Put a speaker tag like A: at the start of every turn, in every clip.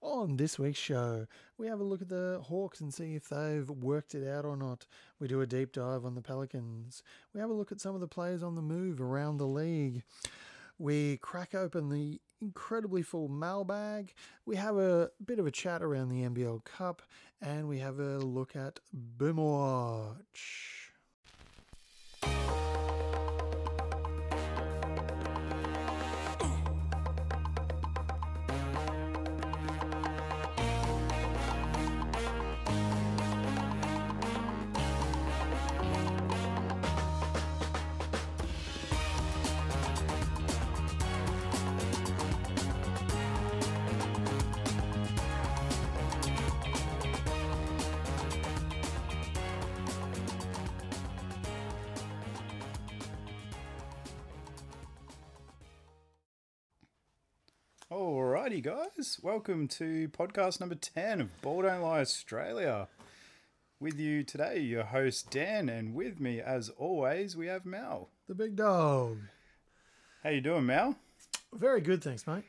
A: On this week's show, we have a look at the Hawks and see if they've worked it out or not. We do a deep dive on the Pelicans. We have a look at some of the players on the move around the league. We crack open the incredibly full mailbag. We have a bit of a chat around the NBL Cup and we have a look at Boomwatch.
B: Alrighty, guys, welcome to podcast number 10 of Ball Don't Lie Australia. With you today, your host Dan, and with me, as always, we have Mel.
A: The big dog.
B: How you doing, Mel?
A: Very good, thanks, mate.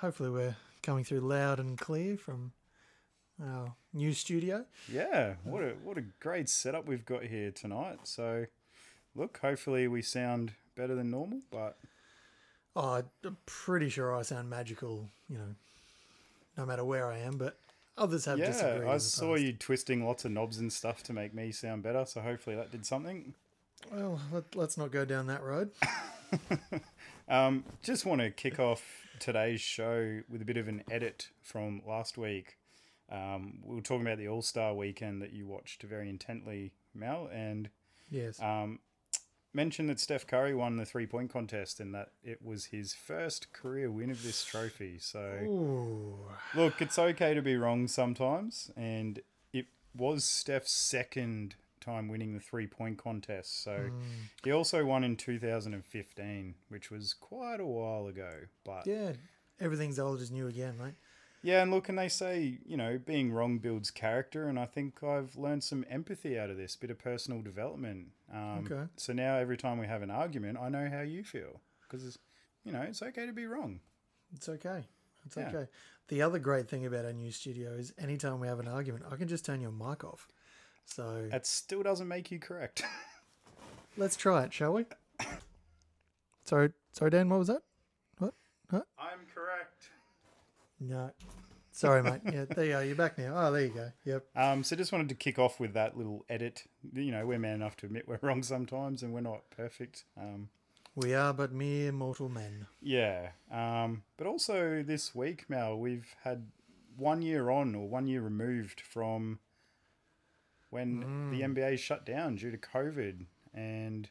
A: Hopefully, we're coming through loud and clear from our new studio.
B: Yeah, what a what a great setup we've got here tonight. So, look, hopefully we sound better than normal, but
A: Oh, I'm pretty sure I sound magical, you know, no matter where I am, but others have disagreed.
B: yeah,
A: in
B: I
A: the
B: saw
A: past.
B: you twisting lots of knobs and stuff to make me sound better. So hopefully that did something.
A: Well, let, let's not go down that road.
B: Um, just want to kick off today's show with a bit of an edit from last week. Um, we were talking about the All Star weekend that you watched very intently, Mel, and
A: Yes.
B: um, mentioned that Steph Curry won the three point contest and that it was his first career win of this trophy. So,
A: Ooh.
B: look, it's okay to be wrong sometimes, and it was Steph's second time winning the three point contest. So, he also won in 2015, which was quite a while ago, but.
A: Yeah, everything's old is new again, mate.
B: Yeah, and look, and they say, you know, being wrong builds character, and I think I've learned some empathy out of this bit of personal development. Um,
A: Okay.
B: So now every time we have an argument, I know how you feel because, you know, it's okay to be wrong.
A: It's okay. It's
B: Yeah.
A: okay. The other great thing about our new studio is anytime we have an argument, I can just turn your mic off. So
B: That still doesn't make you correct.
A: let's try it, shall we? Sorry, sorry, Dan. What was that? What? Huh?
B: I'm correct.
A: No. Sorry, mate. Yeah, there you are. You're back now. Oh, there you go. Yep.
B: Um, so just wanted to kick off with that little edit. You know, we're man enough to admit we're wrong sometimes, and we're not perfect. Um,
A: We are but mere mortal men.
B: Yeah. Um, but also this week, Mal, we've had one year on or one year removed from when
A: Mm.
B: the NBA shut down due to COVID. And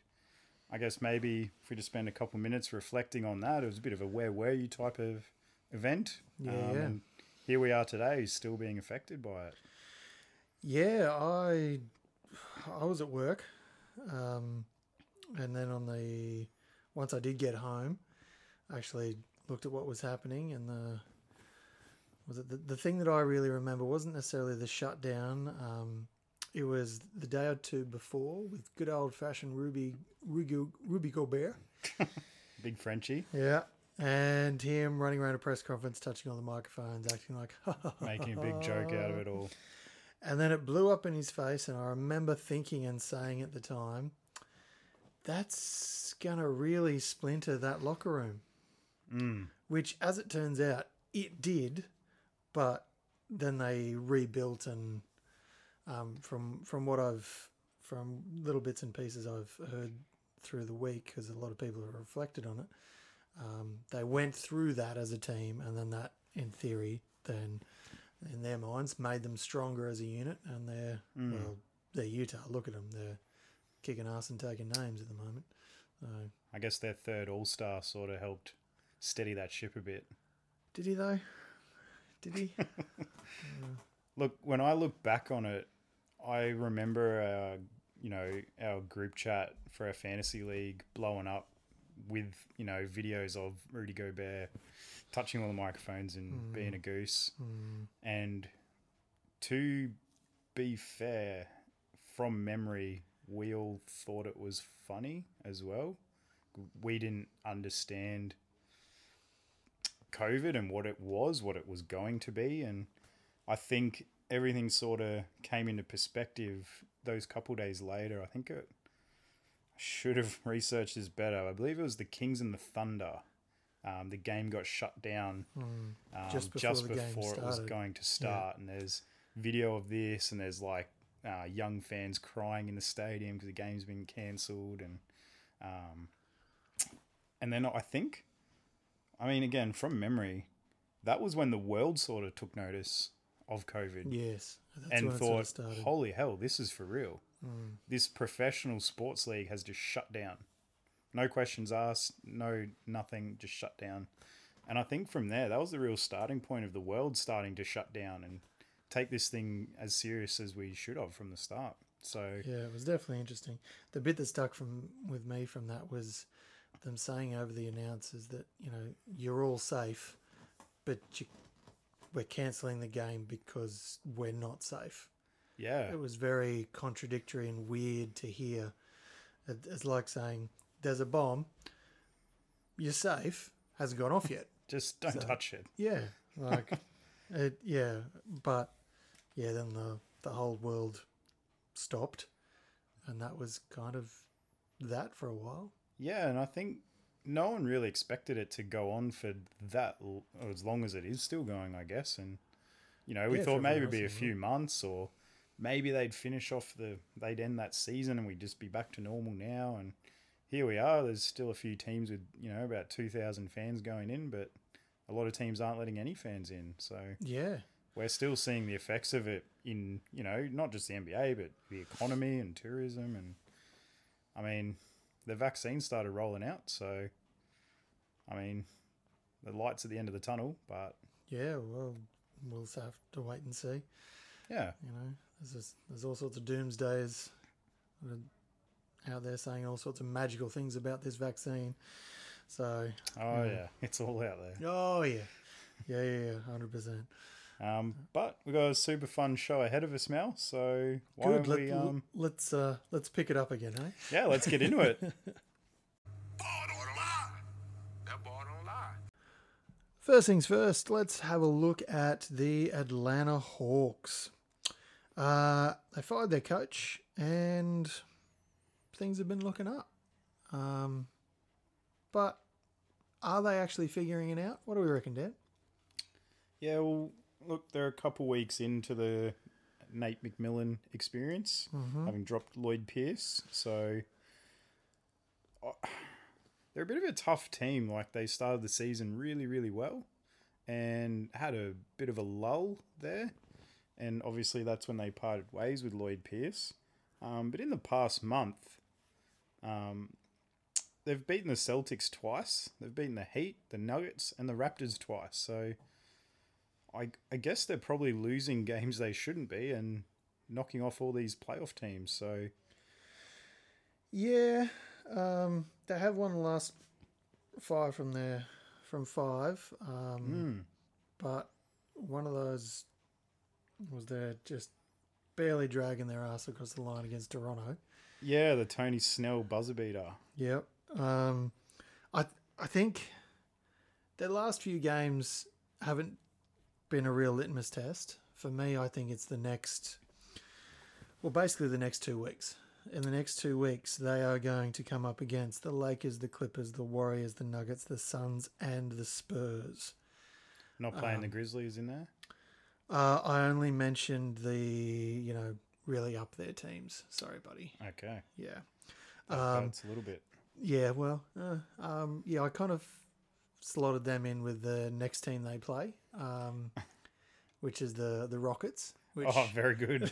B: I guess maybe if we just spend a couple minutes reflecting on that, it was a bit of a where were you type of event. Um,
A: Yeah, yeah.
B: And here we are today, still being affected by it.
A: Yeah, I I was at work, um, and then on the once I did get home, I actually looked at what was happening, and the was it the, the thing that I really remember wasn't necessarily the shutdown. Um, it was the day or two before with good old fashioned Ruby Ruby Ruby Gobert.
B: Big Frenchie
A: Yeah. And him running around a press conference, touching on the microphones, acting like,
B: making a big joke out of it all.
A: And then it blew up in his face, and I remember thinking and saying at the time, that's going to really splinter that locker room. Which, as it turns out, it did, but then they rebuilt and um, from from what I've from little bits and pieces I've heard through the week because a lot of people have reflected on it. Um, they went through that as a team, and then that, in theory, then in their minds made them stronger as a unit. And they're well, they're Utah. Look at them; they're kicking ass and taking names at the moment. So,
B: I guess their third All Star sort of helped steady that ship a bit.
A: did he though? Did he?
B: look when i look back on it i remember our you know our group chat for our fantasy league blowing up with you know videos of rudy gobert touching all the microphones and being a goose and to be fair from memory we all thought it was funny as well we didn't understand COVID and what it was, what it was going to be, and I think everything sort of came into perspective those couple days later. I think it I should have researched this better. I believe it was the Kings and the Thunder. Um, the game got shut down um, just before, just before it was
A: started.
B: going to start, and there's video of this, and there's like uh, young fans crying in the stadium because the game's been cancelled, and um, and then I think, I mean, again from memory, that was when the world sort of took notice of COVID
A: Yes. That's
B: and
A: when it sort of
B: thought,
A: started. Mm.
B: "Holy hell, this is for real. This professional sports league has just shut down. No questions asked. No nothing. Just shut down." And I think from there, that was the real starting point of the world starting to shut down and take this thing as serious as we should have from the start. So
A: Yeah, it was definitely interesting. The bit that stuck from with me from that was them saying over the announcers that you know you're all safe, but you, we're cancelling the game because we're not safe.
B: yeah,
A: It was very contradictory and weird to hear. It- It's like saying there's a bomb, you're safe, hasn't gone off yet.
B: just don't touch it.
A: Yeah, like it. Yeah, but yeah, then the the whole world stopped, and that was kind of that for a while.
B: Yeah, and I think no one really expected it to go on for that l- or as long as it is still going, I guess. And you know, we
A: Yeah,
B: thought
A: for
B: maybe
A: everyone
B: it'd be a
A: else,
B: few months or maybe they'd finish off the they'd end that season and we'd just be back to normal now and here we are. There's still a few teams with, you know, about 2000 fans going in, but a lot of teams aren't letting any fans in. So
A: Yeah,
B: we're still seeing the effects of it in you know not just the NBA but the economy and tourism and I mean the vaccine started rolling out so I mean the lights at the end of the tunnel but
A: yeah. Well, we'll just have to wait and see.
B: yeah
A: You know, there's just, there's all sorts of doomsdayers that are out there saying all sorts of magical things about this vaccine. So,
B: oh
A: Hmm.
B: yeah it's all out there
A: oh yeah, yeah, yeah, yeah, hundred percent.
B: um but we got a super fun show ahead of us Mel so why
A: Good.
B: don't
A: Let,
B: we um
A: let's uh, let's pick it up again, eh? hey?
B: yeah let's get into it
C: Ball don't lie. That ball don't lie.
A: First things first, let's have a look at the Atlanta Hawks. Uh, they fired their coach, and things have been looking up. Um, but are they actually figuring it out? What do we reckon, Dan?
B: Yeah, well, look, they're a couple weeks into the Nate McMillan experience, having dropped Lloyd Pierce. So uh, they're a bit of a tough team. Like they started the season really, really well, and had a bit of a lull there. And obviously, that's when they parted ways with Lloyd Pierce. Um, but in the past month, um, they've beaten the Celtics twice. They've beaten the Heat, the Nuggets, and the Raptors twice. So I, I guess they're probably losing games they shouldn't be and knocking off all these playoff teams. So
A: Yeah, um, they have one last five from there, from five. Um, But one of those was there just barely dragging their ass across the line against Toronto.
B: yeah, the Tony Snell buzzer beater.
A: Yep. Um, I I think their last few games haven't been a real litmus test for me. I think it's the next, well, basically the next two weeks. In the next two weeks, they are going to come up against the Lakers, the Clippers, the Warriors, the Nuggets, the Suns, and the Spurs.
B: Not playing
A: Uh-huh.
B: the Grizzlies in there.
A: Uh, I only mentioned the you know really up their teams. Sorry, buddy.
B: Okay,
A: Yeah. Um,
B: that's a little bit.
A: Yeah, well, uh, um, yeah, I kind of slotted them in with the next team they play, um, which is the the Rockets. Which
B: Oh, very good.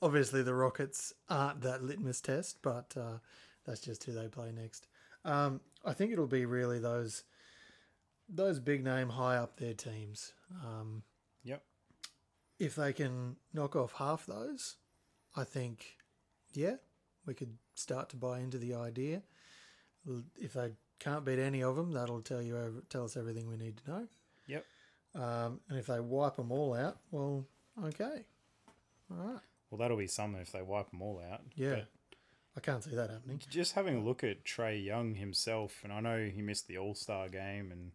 A: obviously the Rockets aren't that litmus test, but uh, that's just who they play next. Um, I think it'll be really those those big name high up their teams. Um,
B: yep.
A: if they can knock off half those, I think, yeah, we could start to buy into the idea. L- If they can't beat any of them, that'll tell you ev- tell us everything we need to know.
B: Yep.
A: Um, and if they wipe them all out, well, okay,
B: Well, that'll be something if they wipe them all out.
A: yeah,
B: But
A: I can't see that happening.
B: just having a look at Trey Young himself, and I know he missed the All Star game, and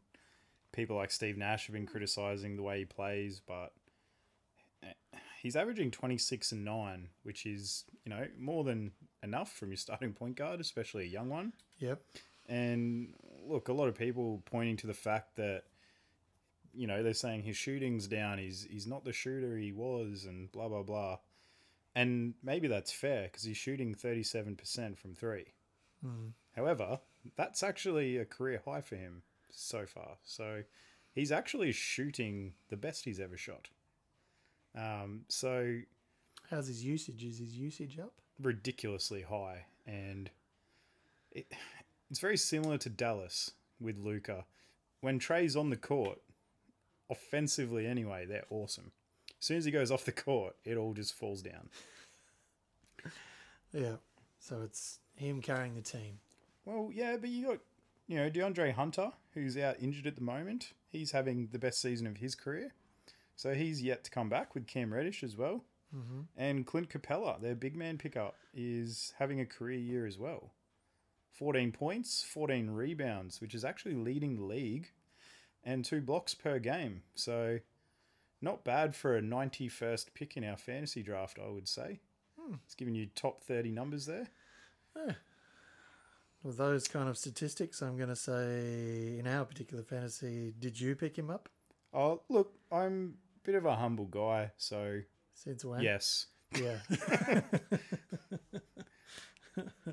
B: people like Steve Nash have been criticizing the way he plays, but eh, he's averaging 26 and 9, which is, you know, more than enough from your starting point guard, especially a young one.
A: Yep.
B: And look, a lot of people pointing to the fact that you know they're saying his shooting's down. He's he's not the shooter he was, and blah blah blah. And maybe that's fair because he's shooting thirty seven percent from three.
A: Mm.
B: However, that's actually a career high for him so far. So he's actually shooting the best he's ever shot. Um, so
A: How's his usage? Is his usage up?
B: ridiculously high, and it, it's very similar to Dallas with Luca. When Trey's on the court, offensively anyway, they're awesome. As soon as he goes off the court, it all just falls down.
A: Yeah. So it's him carrying the team.
B: Well, yeah, but you got you know DeAndre Hunter, who's out injured at the moment. He's having the best season of his career, so he's yet to come back with Cam Reddish as well. And Clint Capella, their big man pickup, is having a career year as well. 14 points, 14 rebounds, which is actually leading the league, and two blocks per game. So, not bad for a 91st pick in our fantasy draft, I would say. It's giving you top 30 numbers there.
A: With those kind of statistics, I'm going to say in our particular fantasy, did you pick him up?
B: Oh, look, I'm a bit of a humble guy, so
A: Since when?
B: yes.
A: Yeah.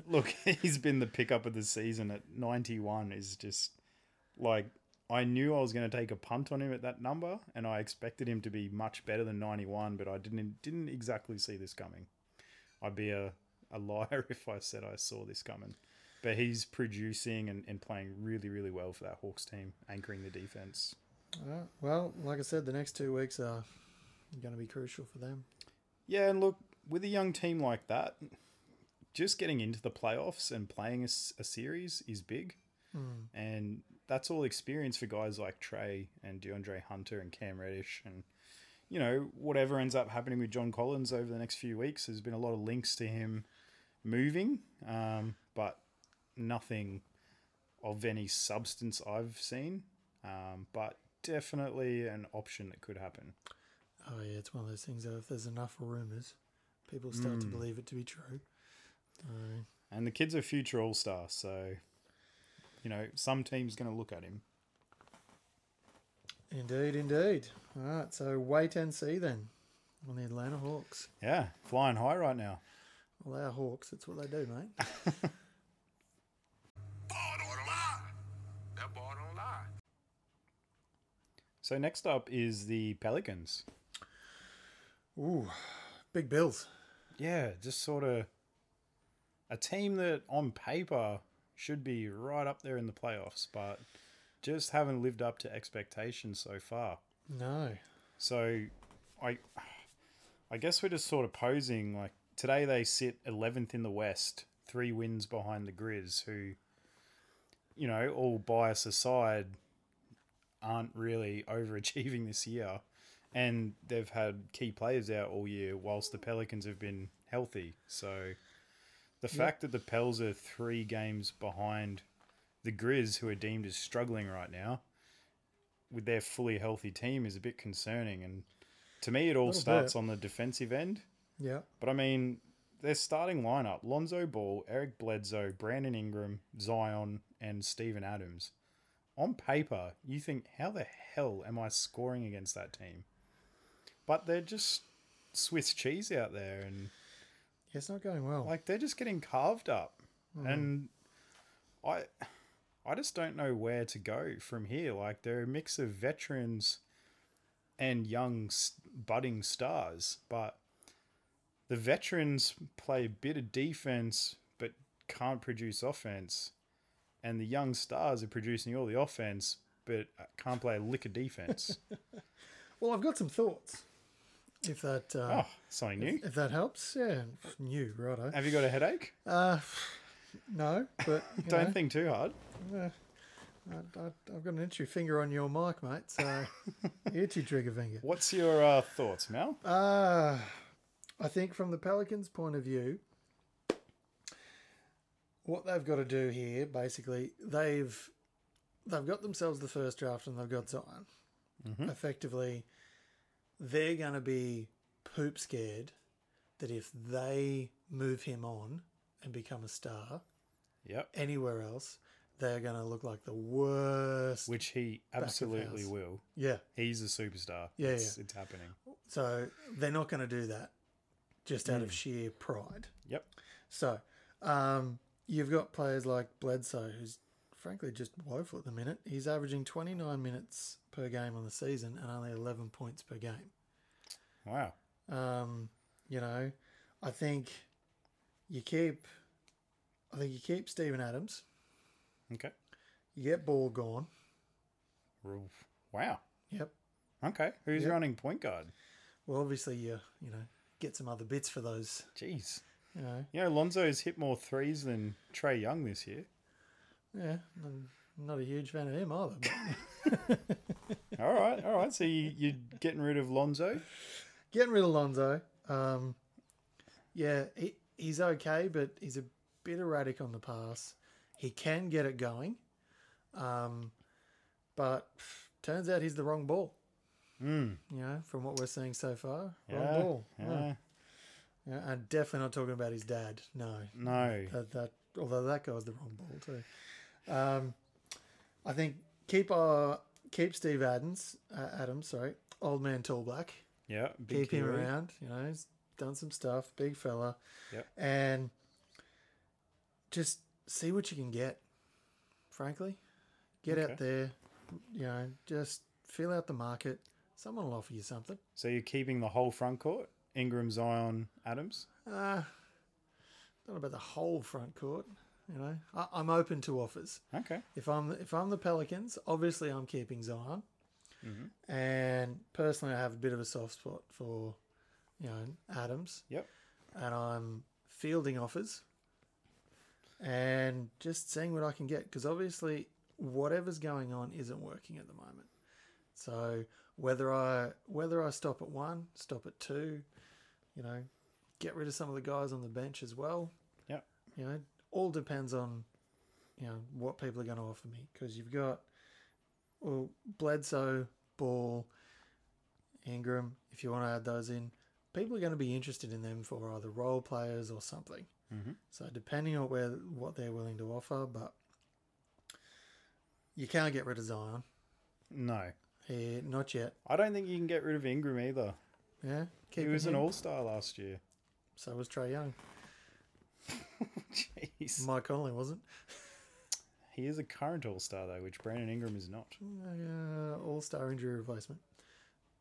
B: Look, he's been the pickup of the season at 91 is just like I knew I was going to take a punt on him at that number and I expected him to be much better than 91, but I didn't didn't exactly see this coming. I'd be a, a liar if I said I saw this coming. But he's producing and, and playing really, really well for that Hawks team, anchoring the defense.
A: Uh, well, like I said, the next two weeks are going to be crucial for them.
B: Yeah, and look, with a young team like that, just getting into the playoffs and playing a, s- a series is big. And that's all experience for guys like Trey and DeAndre Hunter and Cam Reddish. And, you know, whatever ends up happening with John Collins over the next few weeks, there's been a lot of links to him moving, um, but nothing of any substance I've seen. Um, but definitely an option that could happen.
A: Oh, yeah, it's one of those things that if there's enough rumours, people start
B: Hmm.
A: to believe it to be true. Uh,
B: And the kid's a future all star, so you know, some team's gonna look at him.
A: indeed, indeed. All right, so wait and see then on the Atlanta Hawks.
B: Yeah, flying high right now.
A: Well, our Hawks, that's what they do, mate.
C: Ball don't lie. That ball don't lie.
B: So next up is the Pelicans.
A: Ooh, big bills.
B: Yeah, just sort of a team that on paper should be right up there in the playoffs, but just haven't lived up to expectations so far.
A: No.
B: So I I guess we're just sort of posing like today they sit 11th in the West, 3 wins behind the Grizz who you know, all bias aside aren't really overachieving this year and they've had key players out all year whilst the Pelicans have been healthy. So the fact that the Pels are 3 games behind the Grizz who are deemed as struggling right now with their fully healthy team is a bit concerning. And to me, it all
A: Little
B: starts
A: bit.
B: on the defensive end.
A: Yeah.
B: But I mean, their starting lineup Lonzo Ball, Eric Bledsoe, Brandon Ingram, Zion, and Steven Adams. On paper, you think, how the hell am I scoring against that team? But they're just Swiss cheese out there and
A: Yeah, it's not going well.
B: like they're just getting carved up
A: Hmm.
B: and i i just don't know where to go from here like they're a mix of veterans and young s- budding stars but the veterans play a bit of defense but can't produce offense and the young stars are producing all the offense but can't play a lick of defense
A: well, I've got some thoughts. If that uh,
B: oh something new
A: if that helps, yeah, new, righto.
B: have you got a headache
A: Uh, no, but you
B: don't
A: know,
B: think too hard
A: Eh, I, I, I've got an itchy finger on your mic, mate. So itchy trigger finger.
B: what's your uh, thoughts mel
A: Uh, I think from the Pelicans' point of view, what they've got to do here, basically, they've they've got themselves the first draft and they've got Zion. Effectively, they're going to be poop scared that if they move him on and become a star
B: Yep.
A: anywhere else, they're going to look like the worst.
B: Which he absolutely
A: house.
B: will.
A: yeah.
B: He's a superstar.
A: Yeah,
B: It's,
A: yeah.
B: it's happening.
A: So they're not going to do that just out of sheer pride.
B: Yep.
A: So um, you've got players like Bledsoe, who's frankly just woeful at the minute. He's averaging 29 minutes per game on the season and only 11 points per game.
B: Wow.
A: Um, you know, I think you keep, I think you keep Stephen Adams.
B: Okay.
A: You get Ball gone.
B: Oof. Wow.
A: Yep.
B: Okay. Who's
A: Yep.
B: running point guard?
A: Well, obviously you you know get some other bits for those.
B: Jeez.
A: You know,
B: You know, Lonzo's hit more threes than Trey Young this year.
A: yeah. I'm not a huge fan of him either. but-
B: All right. All right. So you, you're getting rid of Lonzo?
A: getting rid of Lonzo. Um, yeah, he, he's okay, but he's a bit erratic on the pass. He can get it going, um, but pff, turns out he's the wrong ball.
B: Mm.
A: You know, from what we're seeing so far,
B: Yeah.
A: wrong ball.
B: Yeah.
A: Yeah. Yeah, and definitely not talking about his dad. No,
B: No.
A: that, that although that guy was the wrong ball too. Um, I think keep uh keep Steve Adams, uh, Adams, sorry, old man Tall Black
B: Yeah. Big
A: keep him
B: hero.
A: around. You know, he's done some stuff, big fella.
B: Yep.
A: And just see what you can get. Frankly, get
B: Okay.
A: out there. You know, just feel out the market. Someone will offer you something.
B: So you're keeping the whole front court? Ingram, Zion, Adams?
A: Uh, not about the whole front court. You know, I, I'm open to offers.
B: Okay.
A: If I'm if I'm the Pelicans, obviously I'm keeping Zion.
B: Mm-hmm.
A: And personally, I have a bit of a soft spot for, you know, Adams.
B: Yep.
A: and I'm fielding offers and just seeing what I can get because obviously whatever's going on isn't working at the moment. So whether I whether I stop at one, stop at two, you know, get rid of some of the guys on the bench as well.
B: Yep.
A: You know, all depends on you know what people are going to offer me because you've got well Bledsoe, Ball, Ingram. If you want to add those in, people are going to be interested in them for either role players or something.
B: Mhm.
A: So depending on where what they're willing to offer, but you can't get rid of Zion.
B: No.
A: Eh, not yet.
B: I don't think you can get rid of Ingram either.
A: Yeah,
B: He
A: keep
B: was
A: him
B: an
A: in.
B: all star last year.
A: So was Trey Young.
B: Jeez.
A: Mike Conley wasn't.
B: He is a current all star, though, which Brandon Ingram is not.
A: Uh, All star injury replacement.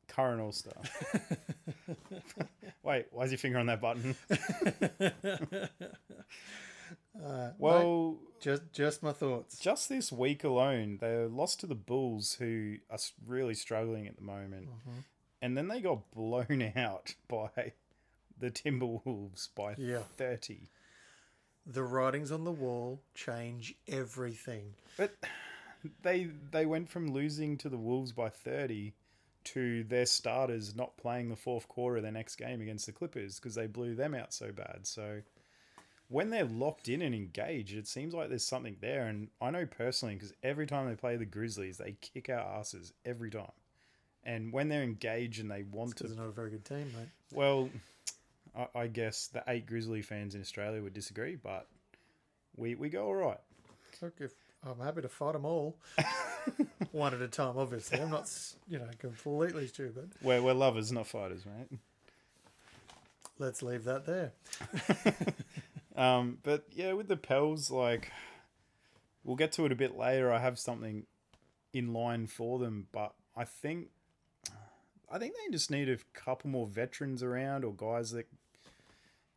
B: Current all star. Wait, why is your finger on that button? Uh, well,
A: Just just my thoughts.
B: just this week alone, they lost to the Bulls, who are s- really struggling at the moment. And then they got blown out by the Timberwolves by
A: Yeah.
B: 30.
A: The writings on the wall change everything.
B: But they they went from losing to the Wolves by 30 to their starters not playing the fourth quarter of their next game against the Clippers because they blew them out so bad. So when they're locked in and engaged, it seems like there's something there. And I know personally because every time they play the Grizzlies, they kick our asses every time. And when they're engaged and they want to
A: Because they're not a very good team, mate.
B: well, I, I guess the eight Grizzly fans in Australia would disagree, but we we go all right.
A: Look, if I'm happy to fight them all, one at a time. Obviously, I'm not, s- you know, completely stupid.
B: We're we're lovers, not fighters, mate.
A: Let's leave that there.
B: Um, but yeah, with the Pels, like we'll get to it a bit later. I have something in line for them, but I think I think they just need a couple more veterans around or guys that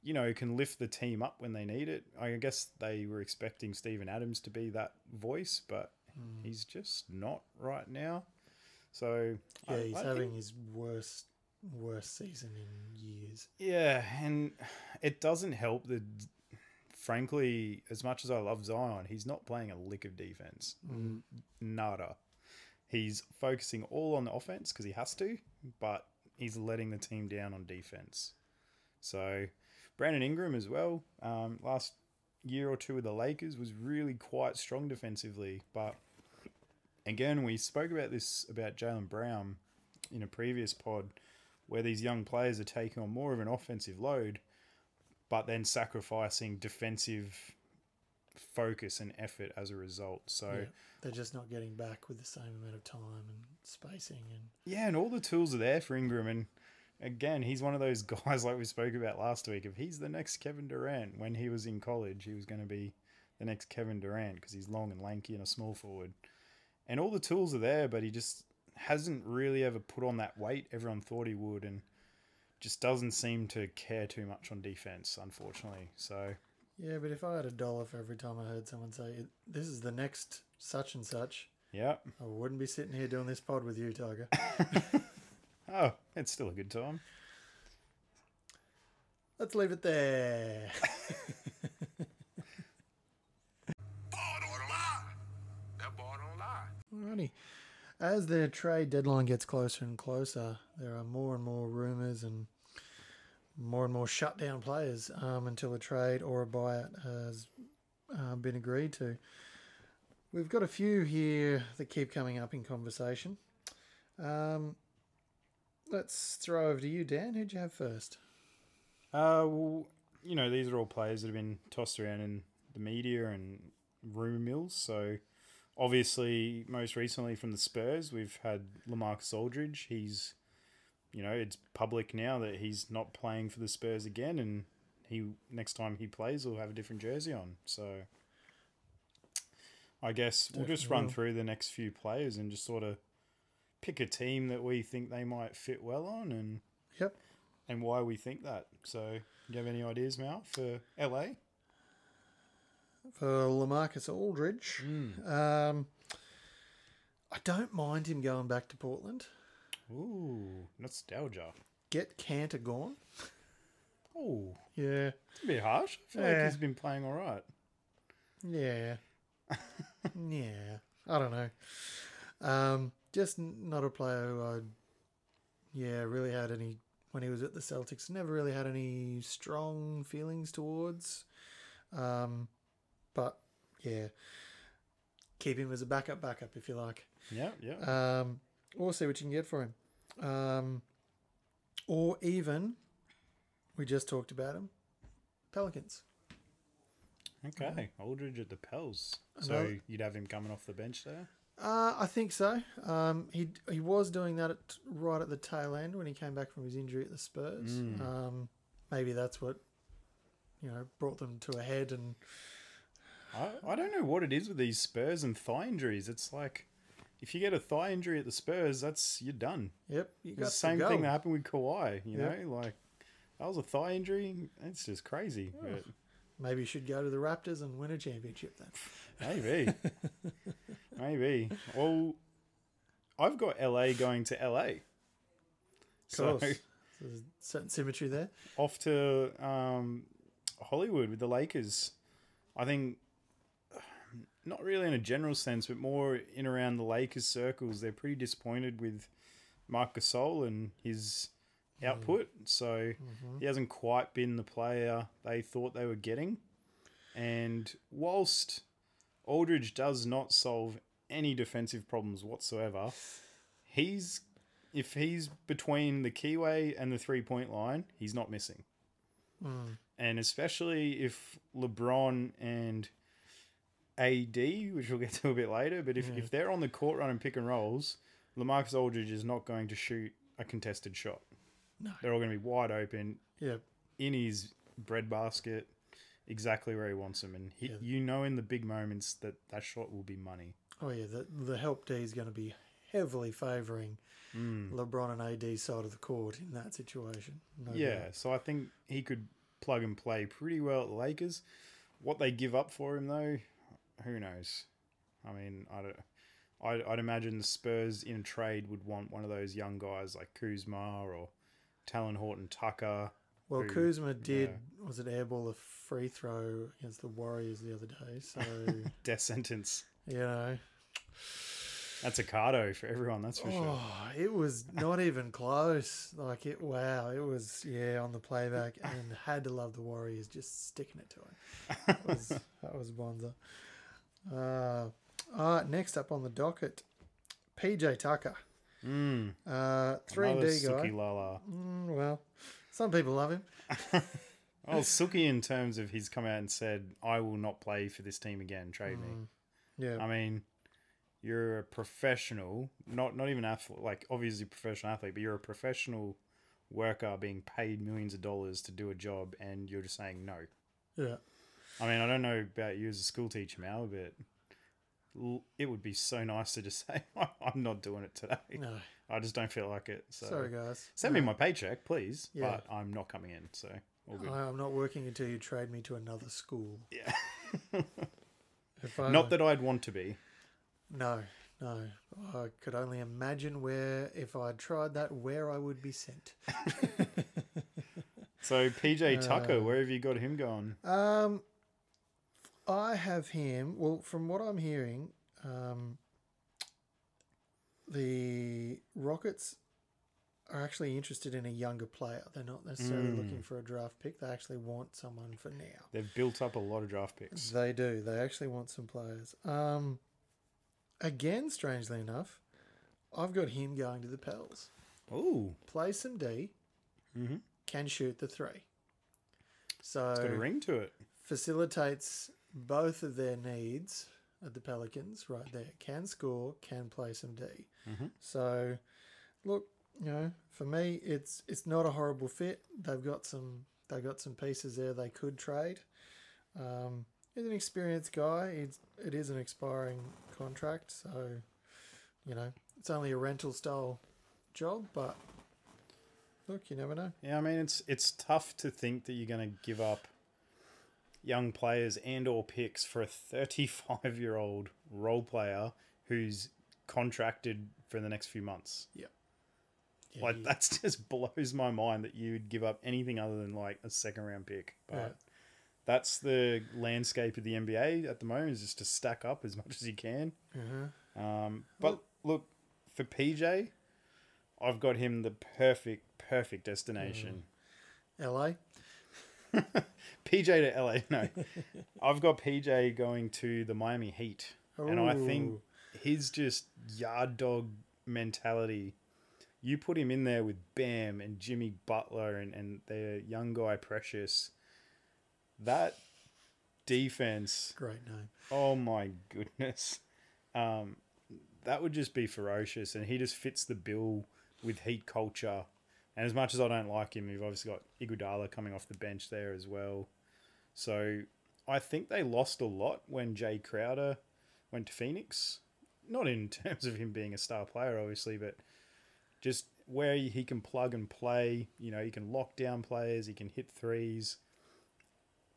B: you know can lift the team up when they need it. I guess they were expecting Stephen Adams to be that voice, but
A: Hmm.
B: he's just not right now. So
A: Yeah,
B: I-
A: he's
B: I think-
A: having his worst worst season in years.
B: yeah, and it doesn't help that, frankly, as much as I love Zion, he's not playing a lick of defense. N- Nada. He's focusing all on the offense because he has to, but he's letting the team down on defense. So, Brandon Ingram as well, um, last year or two with the Lakers was really quite strong defensively, but again, we spoke about this about Jalen Brown in a previous pod, where these young players are taking on more of an offensive load, but then sacrificing defensive focus and effort as a result. So.
A: Yeah. They're just not getting back with the same amount of time and spacing and
B: Yeah, and all the tools are there for Ingram. And again, he's one of those guys like we spoke about last week. If he's the next Kevin Durant, when he was in college, he was going to be the next Kevin Durant because he's long and lanky and a small forward. And all the tools are there, but he just hasn't really ever put on that weight everyone thought he would and just doesn't seem to care too much on defense, unfortunately. So,
A: Yeah, but if I had a dollar for every time I heard someone say this is the next such and such,
B: yeah.
A: I wouldn't be sitting here doing this pod with you, Tiger.
B: Oh, it's still a good time.
A: Let's leave it there.
C: Ball don't lie. That ball don't lie.
A: Alrighty. As the trade deadline gets closer and closer, there are more and more rumours and more and more shutdown players um, until a trade or a buyout has uh, been agreed to. We've got a few here that keep coming up in conversation. Um, let's throw over to you, Dan. Who'd you have first?
B: Uh, well, you know, these are all players that have been tossed around in the media and rumor mills. So, obviously, most recently from the Spurs, we've had Lamarcus Aldridge. He's, you know, it's public now that he's not playing for the Spurs again, and he next time he plays, will have a different jersey on. So, I guess we'll just
A: Definitely
B: run
A: will.
B: through the next few players and just sort of pick a team that we think they might fit well on and
A: Yep.
B: and why we think that. So, do you have any ideas, Mal, for LA?
A: for Lamarcus Aldridge. Um, I don't mind him going back to Portland.
B: Ooh, nostalgia.
A: Get Cantor gone.
B: Oh,
A: Yeah,
B: it's a bit harsh. I feel
A: Yeah.
B: like he's been playing all right.
A: yeah, yeah. I don't know. Um, just n- not a player who I, yeah, really had any when he was at the Celtics. Never really had any strong feelings towards. Um, but yeah, keep him as a backup, backup if you like.
B: Yeah, yeah.
A: Um, or see what you can get for him. Um, or even, we just talked about him, Pelicans.
B: okay, Aldridge at the Pels. So
A: Another-
B: you'd have him coming off the bench there.
A: Uh, I think so. Um, he he was doing that at, right at the tail end when he came back from his injury at the Spurs.
B: Mm.
A: Um, maybe that's what you know brought them to a head. And
B: I, I don't know what it is with these Spurs and thigh injuries. It's like if you get a thigh injury at the Spurs, that's you're done.
A: yep, you
B: It's
A: got
B: the same
A: to go.
B: thing that happened with Kawhi. You
A: Yeah.
B: know, like that was a thigh injury. It's just crazy. But
A: Maybe you should go to the Raptors and win a championship then.
B: Maybe. Maybe. Well, I've got LA going to LA. So
A: Of course, there's a certain symmetry there.
B: off to um, Hollywood with the Lakers. I think not really in a general sense, but more in around the Lakers circles, they're pretty disappointed with Marc Gasol and his output. So he hasn't quite been the player they thought they were getting. And whilst Aldridge does not solve any defensive problems whatsoever, he's if he's between the keyway and the three point line, he's not missing.
A: Hmm.
B: And especially if LeBron and AD, which we'll get to a bit later, but if, if they're on the court running pick and rolls, Lamarcus Aldridge is not going to shoot a contested shot.
A: No.
B: They're all going to be wide open
A: Yep.
B: in his breadbasket, exactly where he wants them. And he,
A: Yeah.
B: you know, in the big moments, that that shot will be money.
A: Oh yeah, the the help D is going to be heavily favouring
B: Mm.
A: LeBron and AD side of the court in that situation. No
B: Yeah,
A: doubt.
B: so I think he could plug and play pretty well at the Lakers. What they give up for him, though, who knows? I mean, I don't. I'd, I'd imagine the Spurs in a trade would want one of those young guys like Kuzma or Talon Horton Tucker.
A: Well,
B: who-
A: Kuzma did was it airball a free throw against the Warriors the other day, so
B: Death sentence.
A: you know,
B: That's a cardo for everyone, that's for sure.
A: oh, it was not even close. Like it, wow, it was yeah on the playback, and had to love the Warriors just sticking it to him. That was that was bonza. Uh, all right, next up on the docket, PJ Tucker. Uh, 3D
B: Hmm, Another
A: guy.
B: Suki Lala.
A: Mm, well, some people love him.
B: Oh, Suki, in terms of he's come out and said, I will not play for this team again, trade me.
A: Yeah.
B: I mean, you're a professional, not not even athlete, like obviously professional athlete, but you're a professional worker being paid millions of dollars to do a job and you're just saying no.
A: yeah.
B: I mean, I don't know about you as a school teacher, Mal, but l- it would be so nice to just say, I'm not doing it today.
A: No.
B: I just don't feel like it. So
A: Sorry, guys.
B: send me my paycheck, please.
A: Yeah.
B: But I'm not coming in. So all good.
A: I, am not working until you trade me to another school.
B: yeah.
A: If I
B: Not that I'd want to be.
A: No, no. I could only imagine where, if I tried that, where I would be sent.
B: So PJ
A: Uh,
B: Tucker, where have you got him going?
A: Um, I have him. Well, from what I'm hearing, um, the Rockets are actually interested in a younger player. They're not necessarily
B: Hmm.
A: looking for a draft pick. They actually want someone for now.
B: They've built up a lot of draft picks.
A: They do. They actually want some players. Um, again, strangely enough, I've got him going to the Pels.
B: Ooh,
A: Play some D. Can shoot the three. So
B: Mm-hmm. got a ring to it.
A: facilitates both of their needs at the Pelicans right there. Can score, can play some D. So, look, you know, for me, it's it's not a horrible fit. They've got some they've got some pieces there they could trade. Um, he's an experienced guy. It's it is an expiring contract, so you know it's only a rental style job, but look, you never know.
B: Yeah, I mean it's it's tough to think that you're going to give up young players and or picks for a 35 year old role player who's contracted for the next few months.
A: Yeah.
B: Like that's just blows my mind that you would give up anything other than like a second round pick. But
A: Yeah.
B: that's the landscape of the NBA at the moment is just to stack up as much as you can.
A: Uh-huh.
B: Um, but look, for PJ, I've got him the perfect, perfect destination.
A: LA.
B: PJ to LA. No, I've got PJ going to the Miami Heat, and I think
A: Ooh.
B: his just yard dog mentality. You put him in there with Bam and Jimmy Butler and and their young guy Precious. That defense.
A: Great name.
B: Oh my goodness. Um, that would just be ferocious. And he just fits the bill with heat culture. And as much as I don't like him, you've obviously got Iguodala coming off the bench there as well. So I think they lost a lot when Jay Crowder went to Phoenix. Not in terms of him being a star player, obviously, but just where he can plug and play. You know, he can lock down players, he can hit threes.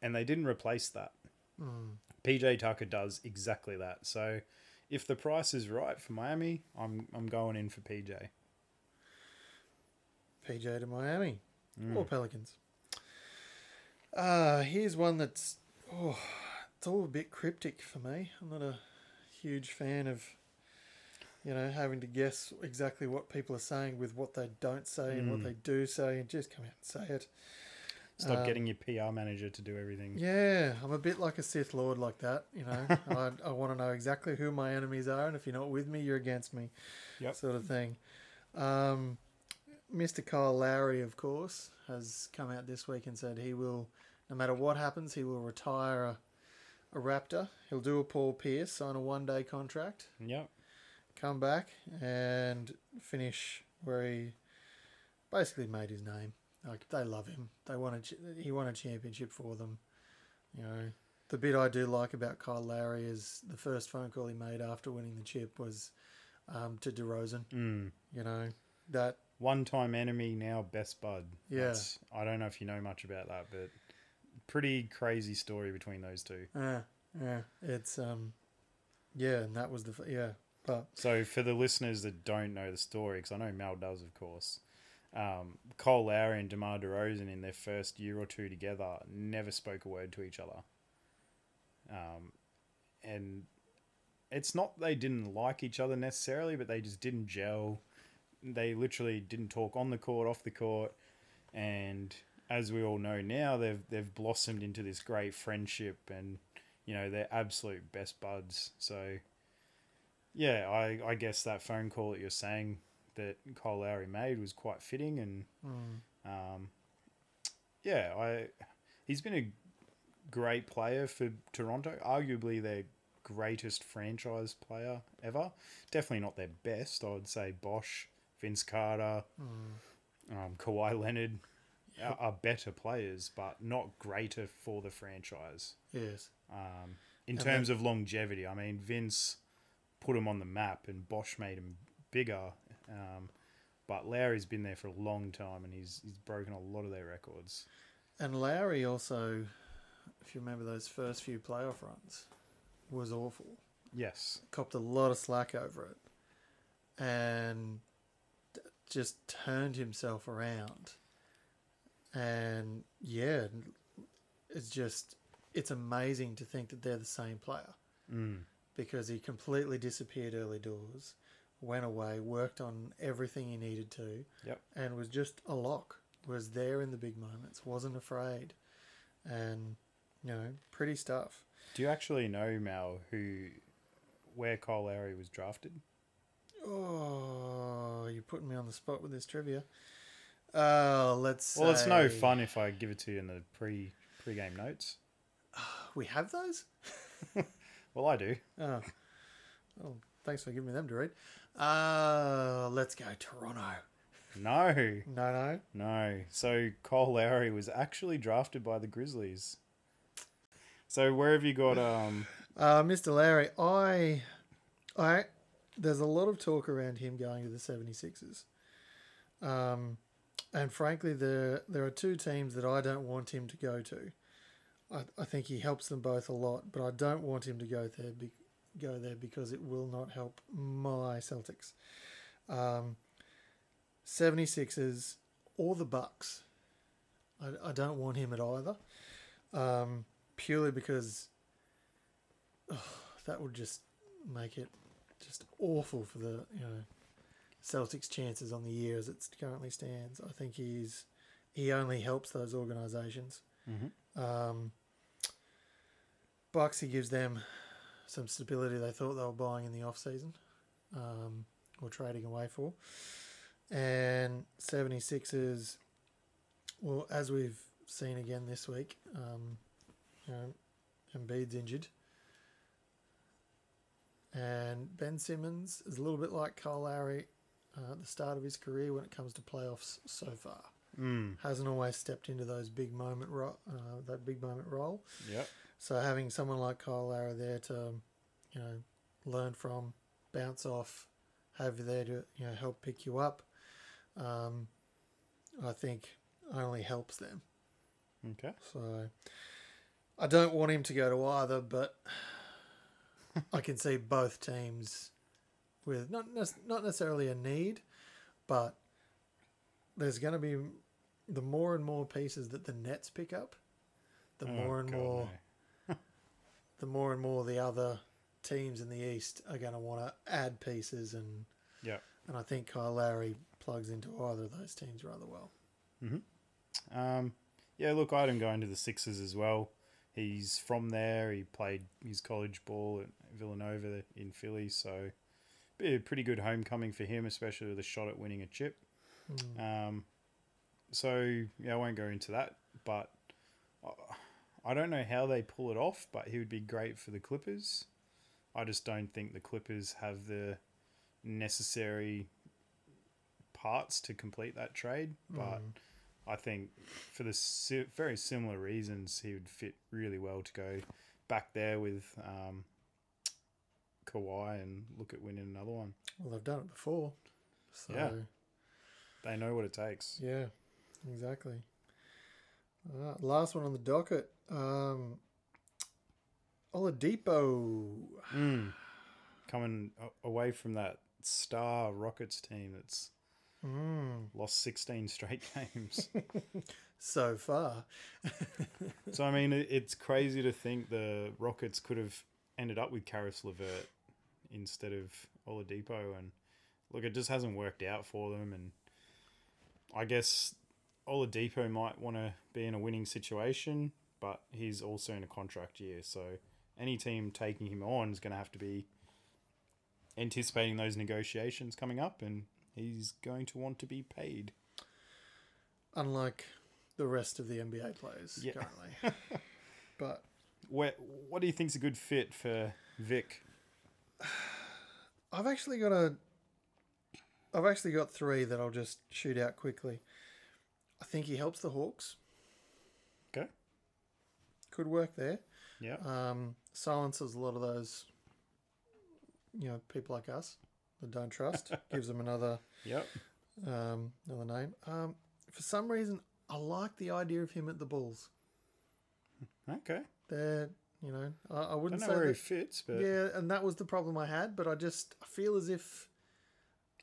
B: And they didn't replace that. PJ Tucker does exactly that. So if the price is right for Miami, I'm I'm going in for PJ.
A: PJ to Miami or Pelicans. Uh, here's one that's oh, it's all a bit cryptic for me. I'm not a huge fan of you know having to guess exactly what people are saying with what they don't say and what they do say, and just come out and say it.
B: Stop getting your PR manager to do everything.
A: Yeah, I'm a bit like a Sith Lord, like that. You know, I, I want to know exactly who my enemies are, and if you're not with me, you're against me.
B: Yep.
A: Sort of thing. Um, Mr. Kyle Lowry, of course, has come out this week and said he will, no matter what happens, he will retire a, a Raptor. He'll do a Paul Pierce, sign a one day contract,
B: Yep.
A: come back, and finish where he basically made his name. Like they love him. They want a ch- he won a championship for them. You know, the bit I do like about Kyle Lowry is the first phone call he made after winning the chip was um, to DeRozan.
B: Mm.
A: You know that
B: One time enemy, now best bud.
A: Yeah.
B: That's- I don't know if you know much about that, but pretty crazy story between those two.
A: yeah yeah it's um yeah and that was the f- yeah but
B: So for the listeners that don't know the story, because I know Mel does, of course, um, Cole Lowry and DeMar DeRozan in their first year or two together never spoke a word to each other. Um, and it's not they didn't like each other necessarily, but they just didn't gel. They literally didn't talk on the court, off the court, and as we all know now, they've they've blossomed into this great friendship, and you know they're absolute best buds. So yeah, I, I guess that phone call that you're saying that Cole Lowry made was quite fitting, and um, yeah, I he's been a great player for Toronto, arguably their greatest franchise player ever. Definitely not their best. I would say Bosch, Vince Carter, um, Kawhi Leonard are, are better players, but not greater for the franchise
A: Yes.
B: um, in
A: And
B: terms of longevity. I mean, Vince put him on the map, and Bosch made him bigger. Um, but Lowry's been there for a long time, and he's he's broken a lot of their records.
A: And Lowry also, if you remember those first few playoff runs, was awful.
B: Yes,
A: Copped a lot of slack over it, and d- just turned himself around. And yeah, it's just it's amazing to think that they're the same player because he completely disappeared early doors, went away, worked on everything he needed to,
B: Yep.
A: and was just a lock. Was there in the big moments, wasn't afraid, and you know, pretty stuff.
B: Do you actually know Mal who where Kyle Lowry was drafted?
A: Oh, you're putting me on the spot with this trivia. Oh, let's.
B: Well, it's no
A: say-
B: fun if I give it to you in the pre pre-game notes.
A: We have those.
B: Well, I do.
A: Oh, oh thanks for giving me them to read. Uh, let's go Toronto.
B: No,
A: No, no.
B: no. So Kyle Lowry was actually drafted by the Grizzlies. So where have you got um
A: Uh, Mr. Larry, I, I, there's a lot of talk around him going to the 76ers. Um, and frankly, there there are two teams that I don't want him to go to. I, I think he helps them both a lot, but I don't want him to go there be, go there because it will not help my Celtics. Um, 76ers or the Bucks. I, I don't want him at either. Um, purely because that would just make it just awful for the you know Celtics' chances on the year as it currently stands. I think he's he only helps those organizations Um, Bucks he gives them some stability they thought they were buying in the off season um, or trading away for, and 76ers, Well, as we've seen again this week, um, you know, Embiid's injured. And Ben Simmons is a little bit like Carl Lowry uh, at the start of his career when it comes to playoffs so far.
B: hmm,
A: Mm. Hasn't always stepped into those big moment ro- uh, that big moment role.
B: Yep.
A: So having someone like Kyle Lara there to, um, you know, learn from, bounce off, have you there to you know help pick you up, um, I think only helps them.
B: Okay.
A: So I don't want him to go to either, but I can see both teams with not nec- not necessarily a need, but there's going to be the more and more pieces that the Nets pick up, the more and
B: Oh, God,
A: more
B: no.
A: the more and more the other teams in the East are going to want to add pieces and
B: Yep.
A: and I think Kyle Lowry plugs into either of those teams rather well.
B: Um, yeah, look, I had him going to the Sixers as well. He's from there. He played his college ball at Villanova in Philly, so be a pretty good homecoming for him, especially with a shot at winning a chip. Um, so yeah, I won't go into that, but I, I don't know how they pull it off. But he would be great for the Clippers. I just don't think the Clippers have the necessary parts to complete that trade, but. I think for the si- very similar reasons, he would fit really well to go back there with um, Kawhi and look at winning another one.
A: Well, they've done it before, so.
B: Yeah. They know what it takes.
A: Yeah, exactly. Uh, last one on the docket. Um, Oladipo.
B: Mm. Coming a- away from that star Rockets team that's lost 16 straight games.
A: So far,
B: so, I mean, it- it's crazy to think the Rockets could have ended up with Karis Levert instead of Oladipo. And look, it just hasn't worked out for them. And I guess Oladipo might want to be in a winning situation, but he's also in a contract year. So any team taking him on is going to have to be anticipating those negotiations coming up, and he's going to want to be paid.
A: unlike the rest of the NBA players
B: Yeah.
A: currently. but
B: Where, what do you think's a good fit for Vic?
A: I've actually got a. I've actually got three that I'll just shoot out quickly. I think he helps the Hawks.
B: Okay.
A: Could work there.
B: Yeah.
A: Um, silences a lot of those, you know, people like us that don't trust. gives them another
B: yep.
A: um, another name. Um, for some reason, I like the idea of him at the Bulls.
B: Okay.
A: They're, you know, I, I
B: I
A: wouldn't
B: don't know
A: say
B: where he
A: that,
B: fits, but
A: yeah, and that was the problem I had. But I just I feel as if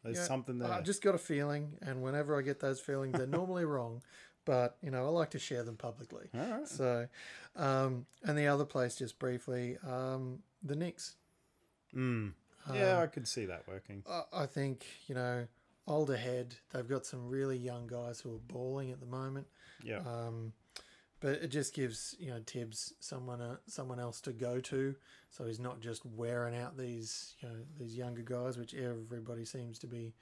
B: there's
A: Yeah, Uh,
B: something there.
A: I just got a feeling, and whenever I get those feelings, they're normally wrong. But you know, I like to share them publicly.
B: All right.
A: So, um, and the other place, just briefly, um, the Knicks.
B: Mm. yeah,
A: um,
B: I could see that working.
A: I, I think you know, older head. They've got some really young guys who are balling at the moment.
B: Yeah.
A: Um, but it just gives you know Tibbs someone uh, someone else to go to, so he's not just wearing out these you know these younger guys, which everybody seems to be.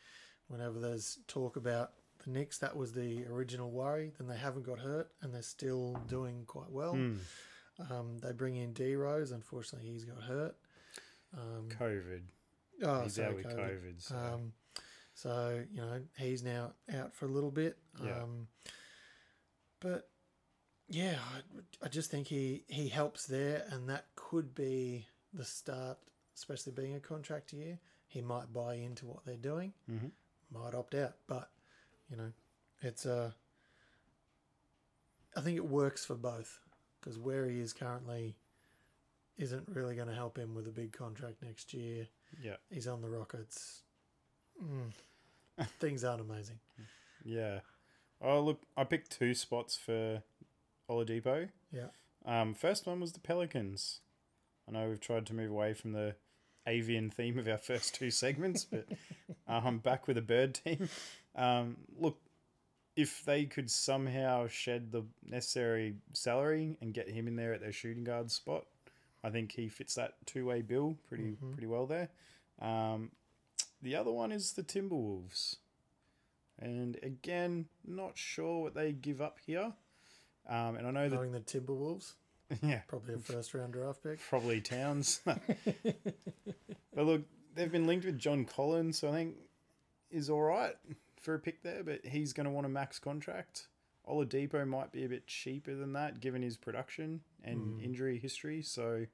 A: Whenever there's talk about the Knicks, that was the original worry. Then they haven't got hurt, and they're still doing quite well. Um, they bring in D Rose. Unfortunately, he's got hurt.
B: COVID.
A: Oh,
B: He's
A: sorry,
B: out with
A: COVID.
B: COVID. so-
A: Um, so you know he's now out for a little bit.
B: Yeah.
A: Um, but yeah, I, I just think he he helps there, and that could be the start, especially being a contract year. He might buy into what they're doing,
B: Mhm.
A: might opt out, but you know, it's uh, I think it works for both because where he is currently isn't really going to help him with a big contract next year
B: yeah.
A: he's on the Rockets. Mm. Things aren't amazing.
B: Yeah. Oh, look, I picked two spots for Oladipo.
A: Yeah.
B: Um, first one was the Pelicans. I know we've tried to move away from the avian theme of our first two segments, but uh, I'm back with a bird team. Um, look, if they could somehow shed the necessary salary and get him in there at their shooting guard spot, I think he fits that two way bill pretty pretty well there. Um, the other one is the Timberwolves, and again, not sure what they give up here. Um, and I know that
A: Knowing the Timberwolves,
B: yeah,
A: probably a first round draft pick.
B: probably Towns. but look, they've been linked with John Collins, so I think is all right for a pick there. But he's going to want a max contract. Oladipo might be a bit cheaper than that, given his production and injury history. So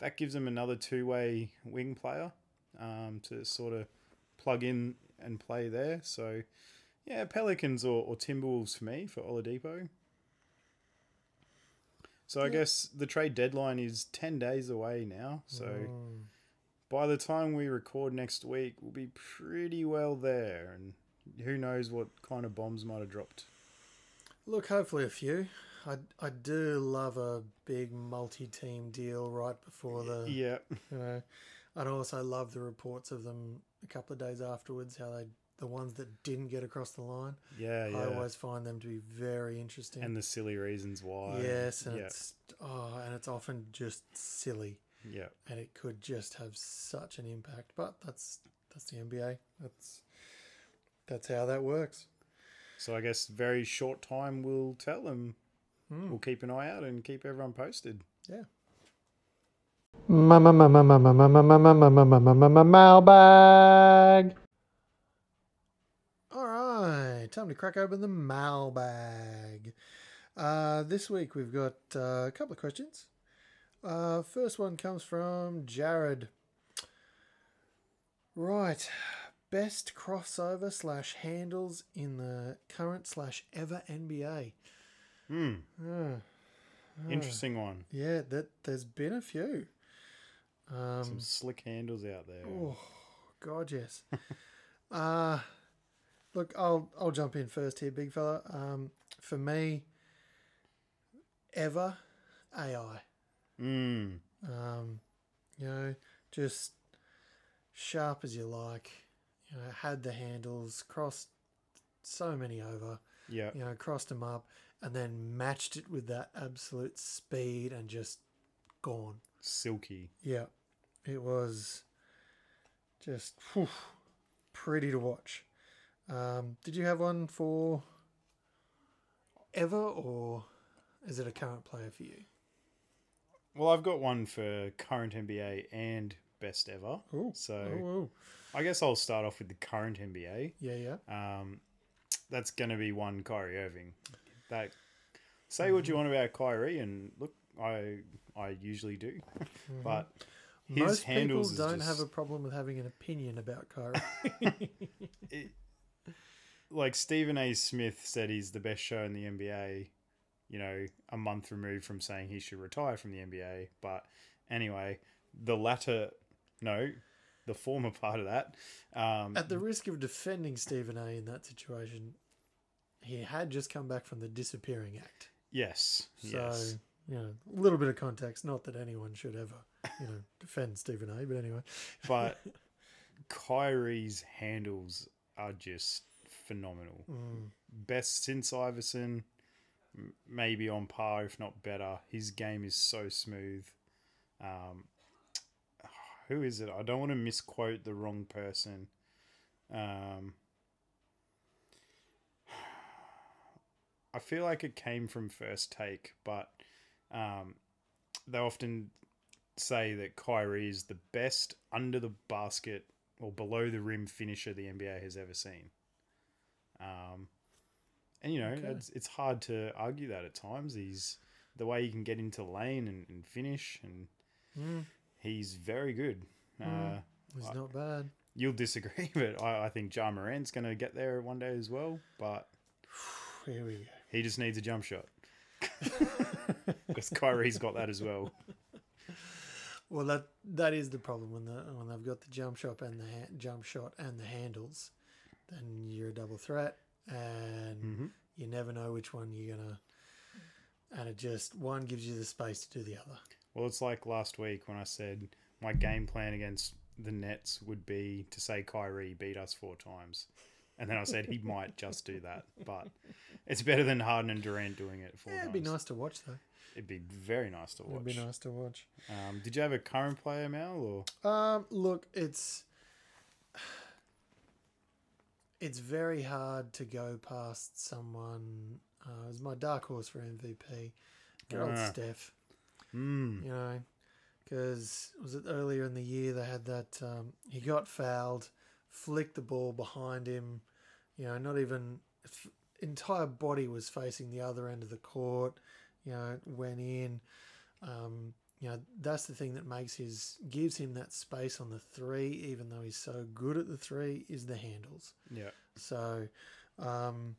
B: that gives them another two-way wing player um, to sort of plug in and play there. So yeah, Pelicans or, or Timberwolves for me for Oladipo. So I guess the trade deadline is ten days away now. So
A: Mm.
B: by the time we record next week, we'll be pretty well there, and who knows what kind of bombs might have dropped.
A: Look, hopefully a few. I, I do love a big multi team deal right before the.
B: Yeah,
A: You know, I'd also love the reports of them a couple of days afterwards, how they. The ones that didn't get across the line,
B: yeah, yeah.
A: I always find them to be very interesting.
B: And the silly reasons why.
A: yes, and
B: yeah,
A: it's oh, and it's often just silly.
B: yeah,
A: and it could just have such an impact. But that's that's the NBA. That's that's how that works.
B: So I guess very short time will tell them.
A: Hmm.
B: We'll keep an eye out and keep everyone posted.
A: Yeah.
D: Mailbag.
A: All right, time to crack open the mailbag. Uh, this week we've got uh, a couple of questions. Uh, first one comes from Jared. Right, best crossover slash handles in the current slash ever NBA.
B: Hmm,
A: Hmm. Ah.
B: Interesting one.
A: Yeah, that there's been a few. Um, oh.
B: Some slick handles out there.
A: God, yes. uh, look, I'll I'll jump in first here, big fella. Um, for me, ever AI.
B: Mm.
A: Um, you know, just sharp as you like. You know, had the handles, crossed so many over.
B: Yeah.
A: You know, crossed them up, and then matched it with that absolute speed and just gone.
B: Silky.
A: Yeah, it was Just phew, pretty to watch. Um, did you have one for ever, or is it a current player for you?
B: Well, I've got one for current NBA and best ever.
A: Ooh.
B: So
A: Oh, oh.
B: I guess I'll start off with the current NBA.
A: yeah, yeah.
B: Um, that's going to be one Kyrie Irving. That say what you
A: Mm-hmm.
B: want about Kyrie, and look, I I usually do, but his
A: Mm-hmm. Most people
B: handles is
A: don't have
B: just-
A: a problem with having an opinion about Kyrie.
B: like Stephen A. Smith said he's the best show in the NBA, you know, a month removed from saying he should retire from the NBA. But anyway, the latter, no, the former part of that. Um,
A: At the risk of defending Stephen A. in that situation, he had just come back from the disappearing act.
B: yes,
A: So,
B: yes.
A: you know, a little bit of context. Not that anyone should ever, you know, defend Stephen A. But anyway,
B: But Kyrie's handles are just phenomenal. Best since Iverson, m- maybe on par, if not better. His game is so smooth. Um, who is it? I don't want to misquote the wrong person. Um, I feel like it came from first take, but um, they often say that Kyrie is the best under the basket or below the rim finisher the NBA has ever seen. Um, and you know, it's, it's hard to argue that at times. He's the way he can get into lane and, and finish, and he's very good. Uh,
A: it's not bad.
B: you'll disagree, but I, I think Ja Morant's going to get there one day as well. But
A: Here we go.
B: he just needs a jump shot because Kyrie's got that as well.
A: Well, that that is the problem when the when they've got the jump shot and the ha- jump shot and the handles, then you're a double threat, and
B: Mm-hmm.
A: you never know which one you're gonna. And it just one gives you the space to do the other.
B: Well, it's like last week when I said my game plan against the Nets would be to say Kyrie beat us four times. And then I said he might just do that, but it's better than Harden and Durant doing it four
A: Yeah, it'd
B: times.
A: be nice to watch though.
B: It'd be very nice to watch.
A: It'd be nice to watch.
B: um, did you have a current player, Mal? Or
A: Um, look, it's it's very hard to go past someone. Uh, it was my dark horse for MVP, good old
B: Ah.
A: Steph.
B: Mm.
A: You know, because was it earlier in the year they had that? Um, he got fouled, flicked the ball behind him. You know, not even f- entire body was facing the other end of the court. You know, it went in. Um, you know, that's the thing that makes his gives him that space on the three, even though he's so good at the three, is the handles.
B: yeah,
A: So, um,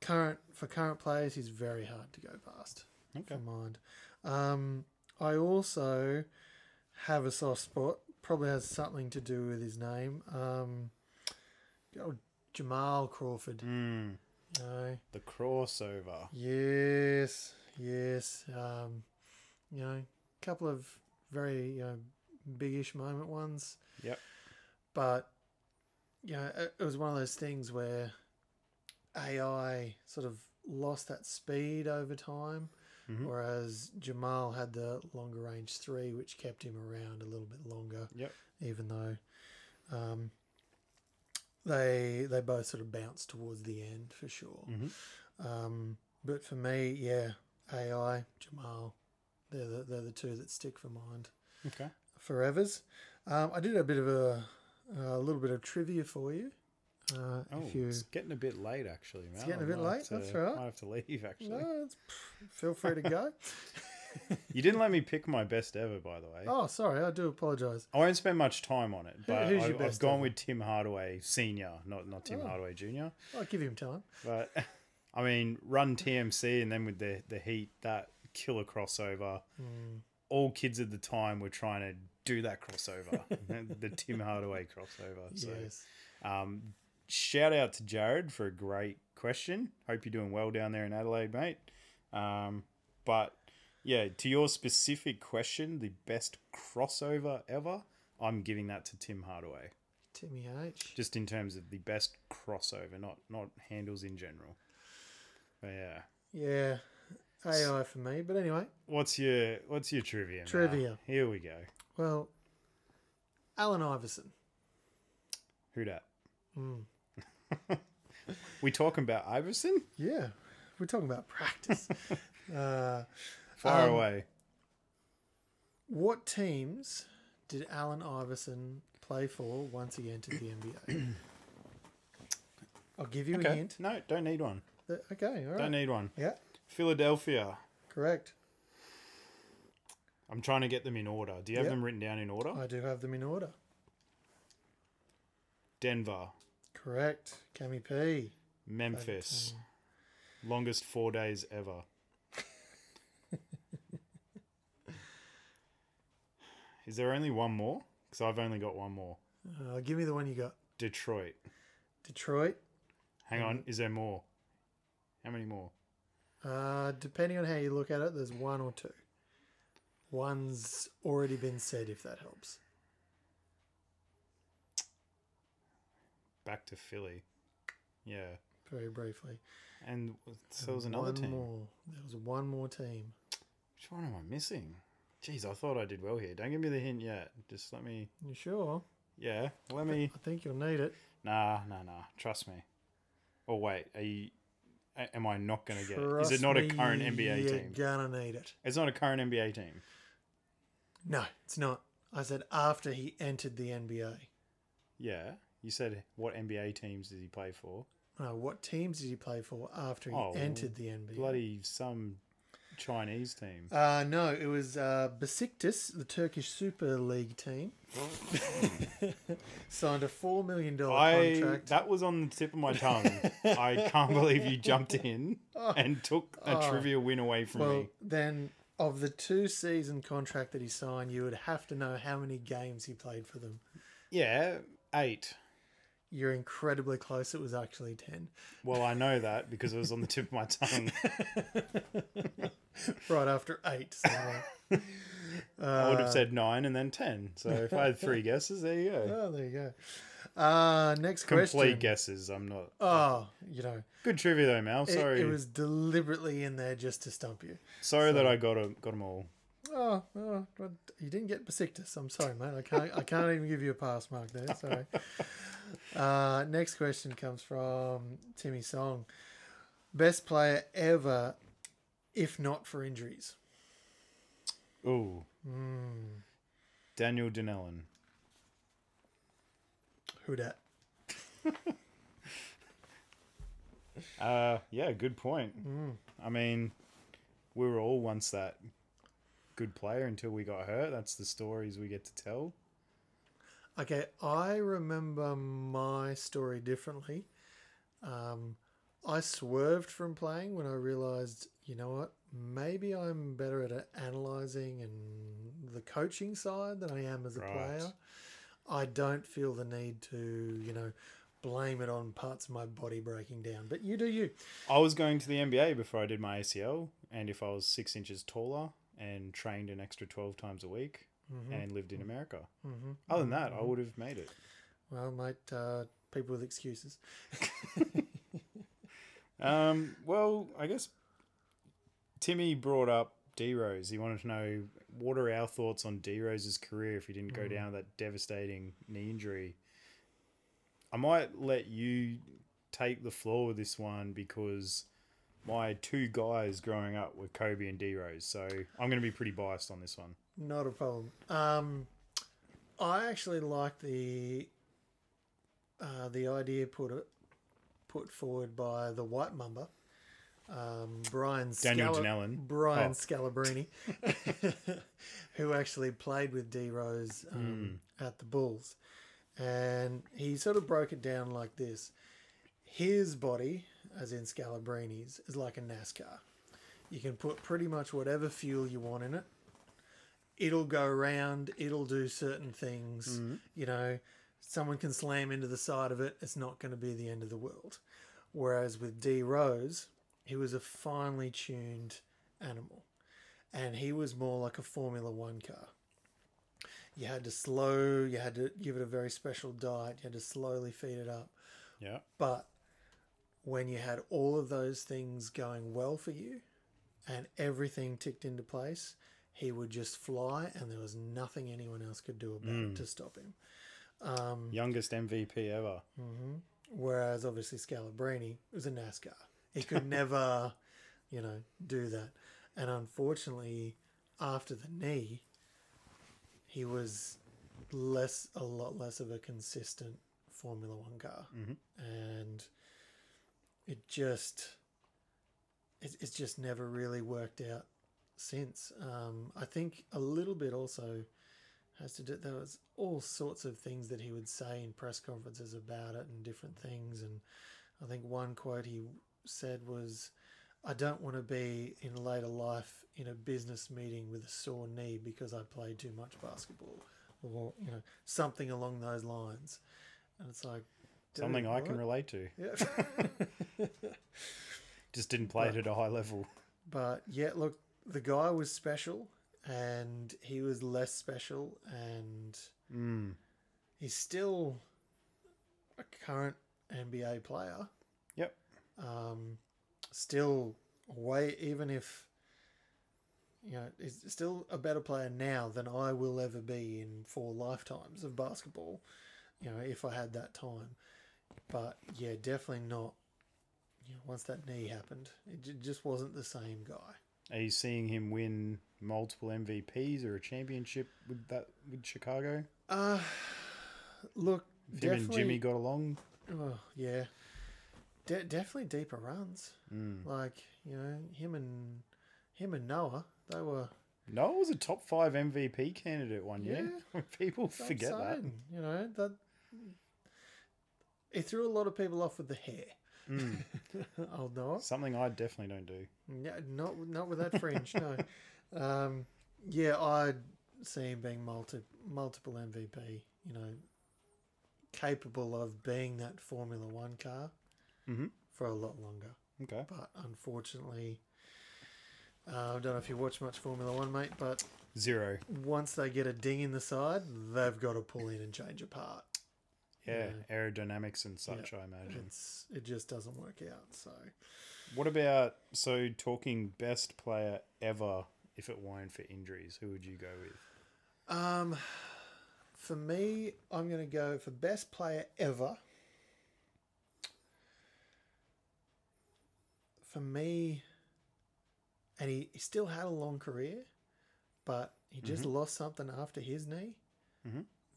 A: current for current players, he's very hard to go past.
B: Okay.
A: For mind, um, I also have a soft spot. Probably has something to do with his name. Um, oh, Jamal Crawford.
B: mm.
A: You know,
B: the crossover.
A: Yes, yes. Um, you know, a couple of very you know biggish moment ones,
B: Yep.
A: but you know it, it was one of those things where AI sort of lost that speed over time, whereas Jamal had the longer range three, which kept him around a little bit longer
B: Yep.
A: even though um, they they both sort of bounce towards the end for sure. Um, but for me, yeah, AI Jamal, they're the, they're the two that stick for mind
B: Okay.
A: forevers. Um, I did a bit of a a little bit of trivia for you. Uh,
B: Oh,
A: if you
B: it's getting a bit late, actually, Mal.
A: getting a
B: I
A: bit
B: might have
A: late, that's
B: to-
A: right.
B: Might have to leave, actually.
A: no, it's, uh, feel free to go.
B: You didn't let me pick my best ever, by the way.
A: oh, sorry, I do apologise.
B: I won't spend much time on it, but
A: who's
B: I,
A: your
B: I've
A: best
B: gone
A: ever? Oh.
B: with Tim Hardaway Senior, not not Tim Hardaway Junior.
A: I'll give him time.
B: But I mean, run TMC and then with the the Heat, that killer crossover.
A: Hmm.
B: All kids at the time were trying to do that crossover, the Tim Hardaway crossover. So
A: Yes.
B: um, shout out to Jared for a great question. Hope you're doing well down there in Adelaide, mate. Um, but yeah, to your specific question, the best crossover ever, I'm giving that to Tim Hardaway.
A: Timmy H.
B: Just in terms of the best crossover, not not handles in general. But yeah,
A: Yeah, AI for me. But anyway,
B: what's your what's your trivia? Mar?
A: Trivia.
B: Here we go.
A: Well, Alan Iverson.
B: Who dat?
A: Hmm.
B: we talking about Iverson?
A: Yeah, we're talking about practice. uh,
B: Far
A: Um,
B: away.
A: what teams did Allen Iverson play for once he entered the NBA? I'll give you a
B: Okay.
A: hint.
B: No, don't need one.
A: Th- Okay, all right.
B: Don't need one.
A: yeah,
B: Philadelphia.
A: correct.
B: I'm trying to get them in order. Do you have
A: Yep.
B: them written down in order?
A: I do have them in order.
B: Denver,
A: Correct. Cami P.
B: Memphis. Longest four days ever. Is there only one more? Because I've only got one more.
A: Uh, give me the one you got.
B: Detroit.
A: Detroit.
B: Hang
A: Mm-hmm.
B: on. Is there more? How many more?
A: Uh, depending on how you look at it, there's one or two. One's already been said, if that helps.
B: Back to Philly. Yeah.
A: Very briefly.
B: And so there was another
A: one
B: team.
A: more. There was one more team.
B: Which one am I missing? Jeez, I thought I did well here. Don't give me the hint yet. Just let me.
A: You sure?
B: Yeah. Let me.
A: I think you'll need it.
B: Nah, nah, nah. Trust me. Oh wait, are you? a- Am I not going to get it? Is it
A: Trust
B: not a
A: me,
B: current NBA
A: you're
B: team?
A: gonna need it.
B: It's not a current NBA team.
A: No, it's not. I said after he entered the NBA.
B: Yeah, you said what NBA teams did he play for?
A: No, what teams did he play for after he
B: Oh,
A: entered the NBA?
B: Bloody some Chinese team.
A: Uh, no, it was uh, Besiktas, the Turkish Super League team, signed a four million dollar
B: I
A: contract.
B: that was on the tip of my tongue. I can't believe you jumped in and took a trivia win away from
A: Oh. well,
B: me.
A: then of the two season contract that he signed, you would have to know how many games he played for them.
B: Yeah, eight.
A: You're incredibly close. It was actually ten.
B: Well, I know that because it was on the tip of my tongue.
A: Right after eight. So, uh,
B: I would have said nine and then ten. So if I had three guesses, there you go.
A: oh, there you go. Uh, next
B: Complete
A: question.
B: guesses. I'm not.
A: Oh, you know,
B: Good trivia though, Mal.
A: it,
B: Sorry,
A: it was deliberately in there just to stump you.
B: sorry that I got 'em- got them all.
A: Oh, oh but you didn't get Besiktas. I'm sorry, mate. I can't. I can't even give you a pass mark there. Sorry. Uh, next question comes from Timmy Song. Best player ever, if not for injuries.
B: Ooh.
A: Hmm.
B: Daniel Denellen.
A: Who dat?
B: Uh, yeah, good point.
A: Hmm.
B: I mean, we were all once that good player until we got hurt. That's the stories we get to tell.
A: Okay, I remember my story differently. Um, I swerved from playing when I realized, you know what, maybe I'm better at a- analyzing and the coaching side than I am as a
B: Right.
A: player. I don't feel the need to, you know, blame it on parts of my body breaking down. But you do you.
B: I was going to the NBA before I did my ACL, and if I was six inches taller and trained an extra twelve times a week
A: Mm-hmm.
B: and lived in America, other than that, I would have made it.
A: Well, mate, uh, people with excuses.
B: Um, well, I guess Timmy brought up D Rose. He wanted to know what are our thoughts on D Rose's career if he didn't go
A: Hmm.
B: down with that devastating knee injury. I might let you take the floor with this one because my two guys growing up were Kobe and D Rose, so I'm going to be pretty biased on this one.
A: Not a problem. Um, I actually like the uh, the idea put put forward by the White Mamba, um, Brian
B: Daniel Dinellen.
A: Brian
B: Oh.
A: Scalabrine, who actually played with D Rose um, at the Bulls, and he sort of broke it down like this: his body, as in Scalabrini's, is like a NASCAR. You can put pretty much whatever fuel you want in it it'll go round, it'll do certain things. You know, someone can slam into the side of it, it's not going to be the end of the world. Whereas with D Rose, he was a finely tuned animal and he was more like a Formula One car. You had to slow, you had to give it a very special diet, you had to slowly feed it up.
B: Yeah,
A: But when you had all of those things going well for you and everything ticked into place, he would just fly and there was nothing anyone else could do about it to stop him. Um,
B: Youngest MVP ever.
A: Whereas obviously Scalabrini was a NASCAR. He could never, you know, do that. And unfortunately, after the knee, he was less a lot less of a consistent Formula One car. And it just it, it's just never really worked out since. Um, I think a little bit also has to do there was all sorts of things that he would say in press conferences about it and different things and i think one quote he said was i don't want to be in later life in a business meeting with a sore knee because i played too much basketball or you know something along those lines and it's like dude,
B: Something I can
A: what?
B: relate to.
A: yeah.
B: Just didn't play it at a high level.
A: But yeah, look, the guy was special, and he was less special, and he's still a current NBA player.
B: Yep.
A: Um, still way, even if you know, he's still a better player now than I will ever be in four lifetimes of basketball. You know, if I had that time, but yeah, definitely not. You know, once that knee happened, it j- just wasn't the same guy.
B: Are you seeing him win multiple MVPs or a championship with that with Chicago?
A: Uh look,
B: If him and
A: definitely.
B: Jimmy got along.
A: oh, yeah, De- definitely deeper runs.
B: hmm.
A: Like you know, him and him and Noah, they were.
B: Noah was a top five MVP candidate one year. People
A: I'm
B: forget that.
A: saying, You know that it threw a lot of people off with the hair.
B: Hmm.
A: Old Noah.
B: Something I definitely don't do.
A: No, not not with that fringe. no. Um, yeah, I see him being multi, multiple MVP. You know, capable of being that Formula One car for a lot longer.
B: Okay.
A: But unfortunately, uh, I don't know if you watch much Formula One, mate. But
B: Zero.
A: once they get a ding in the side, they've got to pull in and change a part.
B: Yeah. Aerodynamics and such, I imagine.
A: It's it just doesn't work out. So
B: What about so talking best player ever if it weren't for injuries, who would you go with?
A: Um, for me, I'm going to go for best player ever. For me, and he, he still had a long career, but he just lost something after his knee.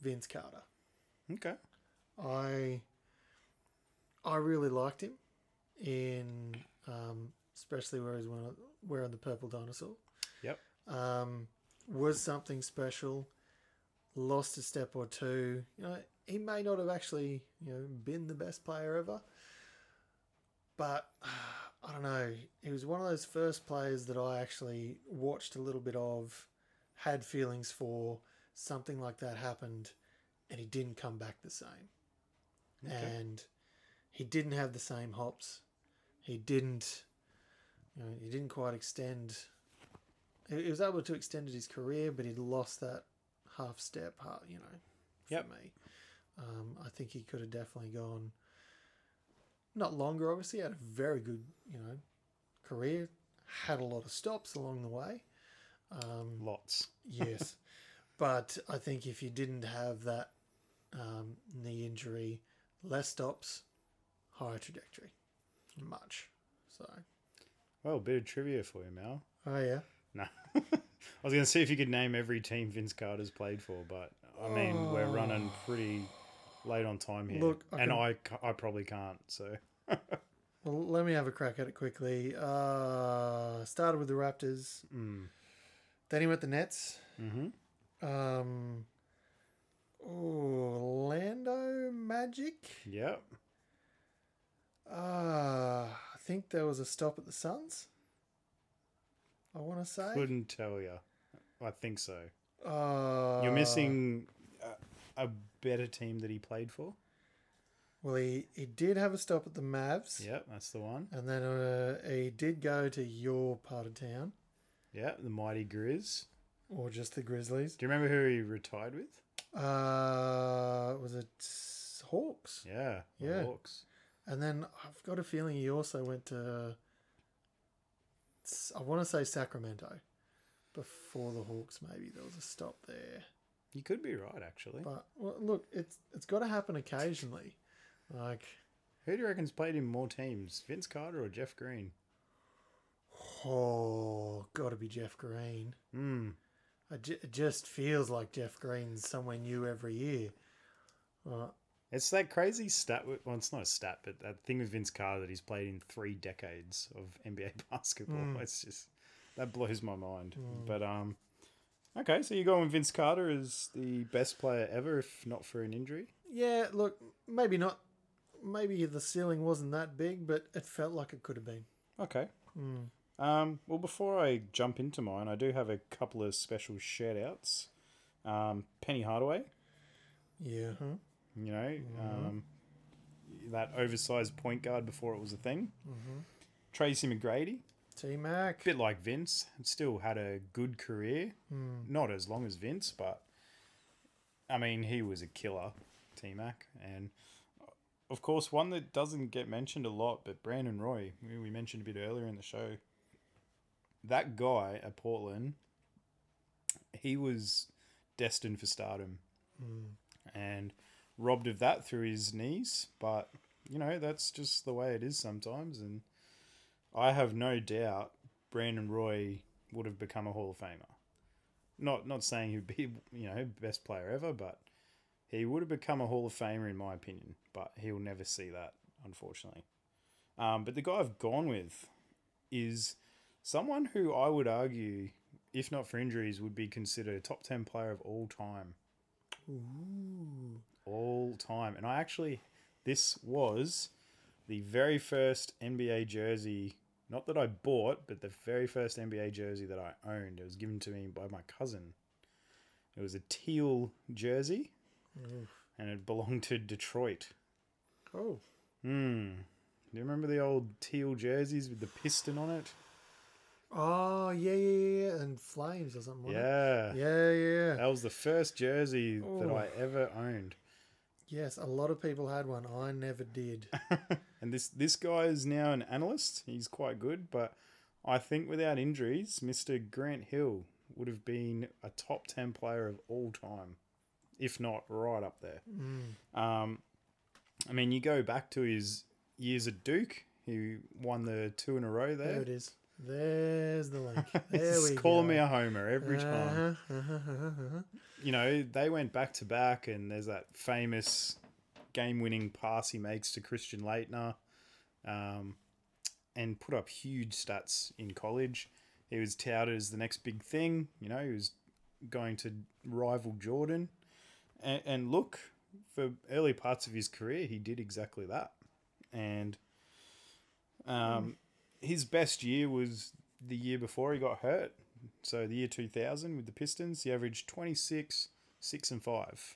A: Vince Carter.
B: Okay.
A: I I really liked him in um, especially where he's wearing, wearing the purple dinosaur
B: Yep.
A: um, was something special. Lost a step or two. You know, he may not have actually you know been the best player ever, but I don't know. He was one of those first players that I actually watched a little bit of, had feelings for. Something like that happened, and he didn't come back the same. And he didn't have the same hops. He didn't. You know, he didn't quite extend he he was able to extend his career, but he'd lost that half step, ha- you know, for
B: Yep.
A: me. Um, I think he could have definitely gone not longer, obviously, had a very good, you know, career, had a lot of stops along the way.
B: Lots.
A: Yes. but I think if you didn't have that um, knee injury, less stops, higher trajectory. Much. So,
B: Well, a bit of trivia for you, Mal.
A: oh, yeah.
B: No. I was going to see if you could name every team Vince Carter's played for, but I mean, we're running pretty late on time here.
A: Look, I
B: and
A: can-
B: I, ca- I probably can't, so.
A: Well, let me have a crack at it quickly. Uh, started with the Raptors.
B: mm,
A: Then he went the Nets. Mm-hmm. Um, Orlando Magic.
B: Yep.
A: Uh, I think there was a stop at the Suns. I want to say.
B: Couldn't tell you. I think so.
A: Uh,
B: You're missing a, a better team that he played for.
A: Well, he, he did have a stop at the Mavs.
B: Yep, that's the one.
A: And then uh, he did go to your part of town,
B: Yeah, the Mighty Grizz.
A: or just the Grizzlies.
B: Do you remember who he retired with?
A: Uh, was it Hawks?
B: Yeah, the
A: Yeah.
B: Hawks.
A: And then I've got a feeling he also went to, I want to say Sacramento before the Hawks, maybe. There was a stop there.
B: You could be right, actually.
A: But well, look, it's it's got to happen occasionally. Like,
B: Who do you reckon's played in more teams, Vince Carter or Jeff Green?
A: oh, got to be Jeff Green.
B: Hmm.
A: I ju- It just feels like Jeff Green's somewhere new every year. Uh,
B: It's that crazy stat. with- Well, it's not a stat, but that thing with Vince Carter that he's played in three decades of NBA basketball. It's just that blows my mind. But um, okay, so you're going Vince Carter as the best player ever, if not for an injury.
A: yeah, look, maybe not. Maybe the ceiling wasn't that big, but it felt like it could have been.
B: Okay. Um, well, before I jump into mine, I do have a couple of special shout outs. Um, Penny Hardaway,
A: Yeah. huh?
B: you know, um, that oversized point guard before it was a thing. Tracy McGrady,
A: T Mac.
B: bit like Vince, still had a good career. Not as long as Vince, but I mean, he was a killer, T Mac. And of course, one that doesn't get mentioned a lot, but Brandon Roy, who we mentioned a bit earlier in the show. That guy at Portland, he was destined for stardom and robbed of that through his knees. But, you know, that's just the way it is sometimes. And I have no doubt Brandon Roy would have become a Hall of Famer. Not not saying he'd be you know best player ever, but he would have become a Hall of Famer in my opinion. But he'll never see that, unfortunately. Um, but the guy I've gone with is someone who I would argue, if not for injuries, would be considered a top ten player of all time. All time, and I actually this was the very first NBA jersey, not that I bought, but the very first NBA jersey that I owned. It was given to me by my cousin. It was a teal jersey, and it belonged to Detroit.
A: Oh,
B: Hmm. Do you remember the old teal jerseys with the piston on it?
A: oh yeah, yeah, yeah, and flames or something. wasn't it?
B: Yeah.
A: yeah, yeah.
B: That was the first jersey that
A: Ooh.
B: I ever owned.
A: Yes, a lot of people had one. I never did.
B: And this this guy is now an analyst. He's quite good, but I think without injuries, Mr. Grant Hill would have been a top ten player of all time, if not right up there.
A: Mm.
B: Um, I mean, you go back to his years at Duke. He won the two in a row there.
A: There it is. There's the link. There
B: He's
A: we
B: calling
A: go.
B: me a homer every time.
A: Uh-huh, uh-huh, uh-huh, uh-huh.
B: you know, they went back to back, and there's that famous game winning pass he makes to Christian Leitner um, and put up huge stats in college. He was touted as the next big thing, you know, he was going to rival Jordan. And, and look, for early parts of his career, he did exactly that. And um, his best year was the year before he got hurt. So the year 2000 with the Pistons, he averaged 26, 6 and 5.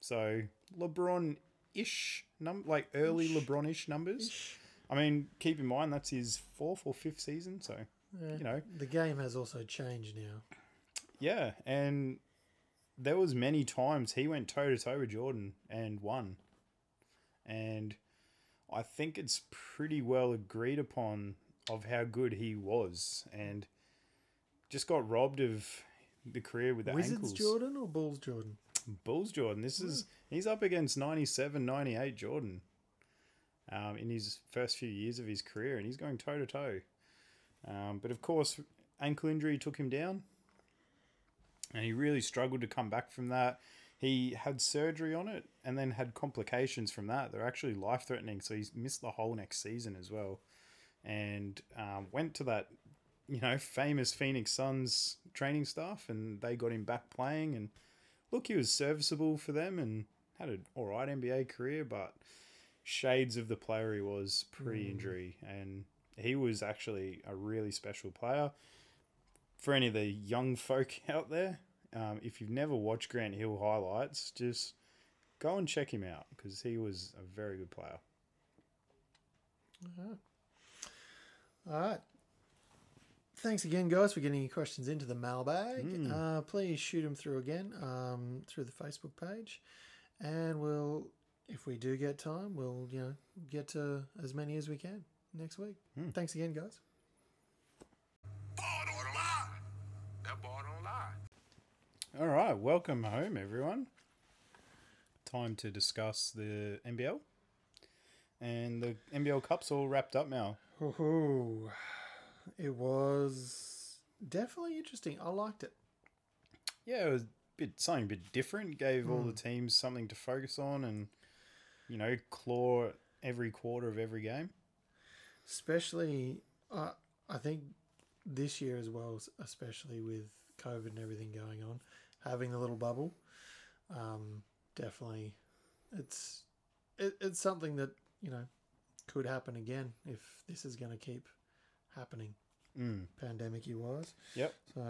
B: So LeBron-ish num like early LeBron-ish numbers. I mean, keep in mind that's his fourth or fifth season, so you know,
A: The game has also changed now.
B: yeah, and there was many times he went toe to toe with Jordan and won, and I think it's pretty well agreed upon of how good he was, and just got robbed of the career with the
A: Wizards
B: ankles.
A: Jordan or Bulls Jordan?
B: Bulls Jordan. This is he's up against 97, 98 Jordan. Um, in his first few years of his career, and he's going toe to toe. Um, but of course, ankle injury took him down, and he really struggled to come back from that. He had surgery on it, and then had complications from that. They're actually life threatening, so he's missed the whole next season as well, and um, went to that, you know, famous Phoenix Suns training staff, and they got him back playing, and look, he was serviceable for them and had an all right NBA career, but shades of the player he was pre injury. And he was actually a really special player. For any of the young folk out there, um, if you've never watched Grant Hill highlights, just go and check him out because he was a very good player.
A: All right. Thanks again, guys, for getting your questions into the mailbag.
B: Hmm.
A: Uh, please shoot them through again um, through the Facebook page, and we'll, if we do get time, we'll you know get to as many as we can next week.
B: Hmm.
A: Thanks again, guys.
C: Ball don't lie. That ball don't lie.
B: All right, welcome home, everyone. Time to discuss the NBL. And the NBL Cup's all wrapped up now.
A: Ooh, it was definitely interesting. I liked it.
B: Yeah, it was a bit, something a bit different. Gave all the teams something to focus on and, you know, claw every quarter of every game.
A: especially I I think this year as well, s- especially with COVID and everything going on, having the little bubble, um, definitely, it's it, it's something that you know could happen again if this is going to keep happening,
B: Mm.
A: pandemic y wise.
B: Yep.
A: So,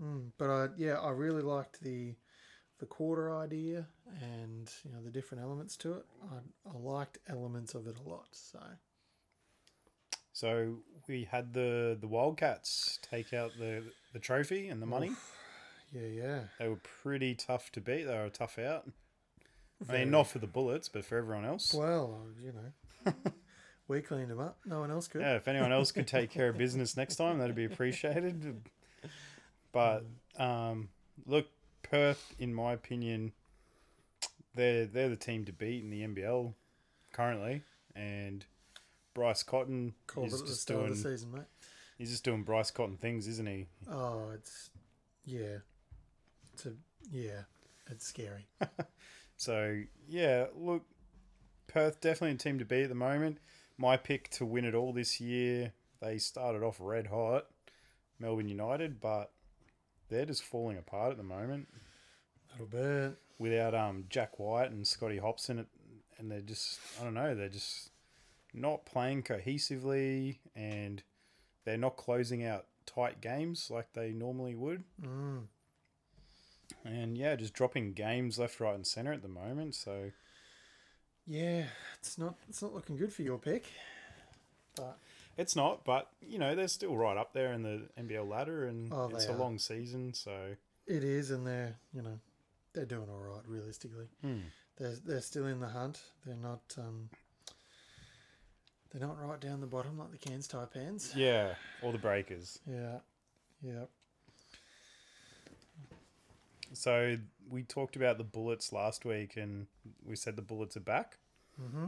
A: mm, but I yeah I really liked the the quarter idea and you know the different elements to it. I, I liked elements of it a lot. So.
B: So we had the, the Wildcats take out the, the trophy and the money.
A: Yeah, yeah.
B: They were pretty tough to beat. They were a tough out. I mean, not for the Bullets, but for everyone else.
A: Well, you know, we cleaned them up. No one else could.
B: Yeah, if anyone else could take care of business next time, that'd be appreciated. But um, look, Perth, in my opinion, they're they're the team to beat in the NBL currently, and Bryce Cotton
A: Called
B: is
A: it at the
B: just
A: start
B: doing
A: of the season, mate.
B: he's just doing Bryce Cotton things, isn't he?
A: Oh, it's yeah, it's a yeah, it's scary.
B: So yeah, look, Perth definitely a team to beat at the moment. My pick to win it all this year. They started off red hot, Melbourne United, but they're just falling apart at the moment.
A: little bit.
B: without um Jack White and Scotty Hobson, it- and they're just I don't know they're just not playing cohesively, and they're not closing out tight games like they normally would.
A: Mm.
B: And yeah, just dropping games left, right, and center at the moment. So
A: Yeah, it's not it's not looking good for your pick. But
B: it's not, but you know they're still right up there in the NBL ladder, and
A: Oh,
B: it's
A: they
B: a
A: are.
B: long season. So
A: it is, and they're you know they're doing all right realistically.
B: Hmm.
A: They're they're still in the hunt. They're not um they're not right down the bottom like the Cairns Taipans.
B: yeah, all the breakers.
A: Yeah, yeah.
B: So we talked about the Bullets last week, and we said the Bullets are back.
A: Mm-hmm.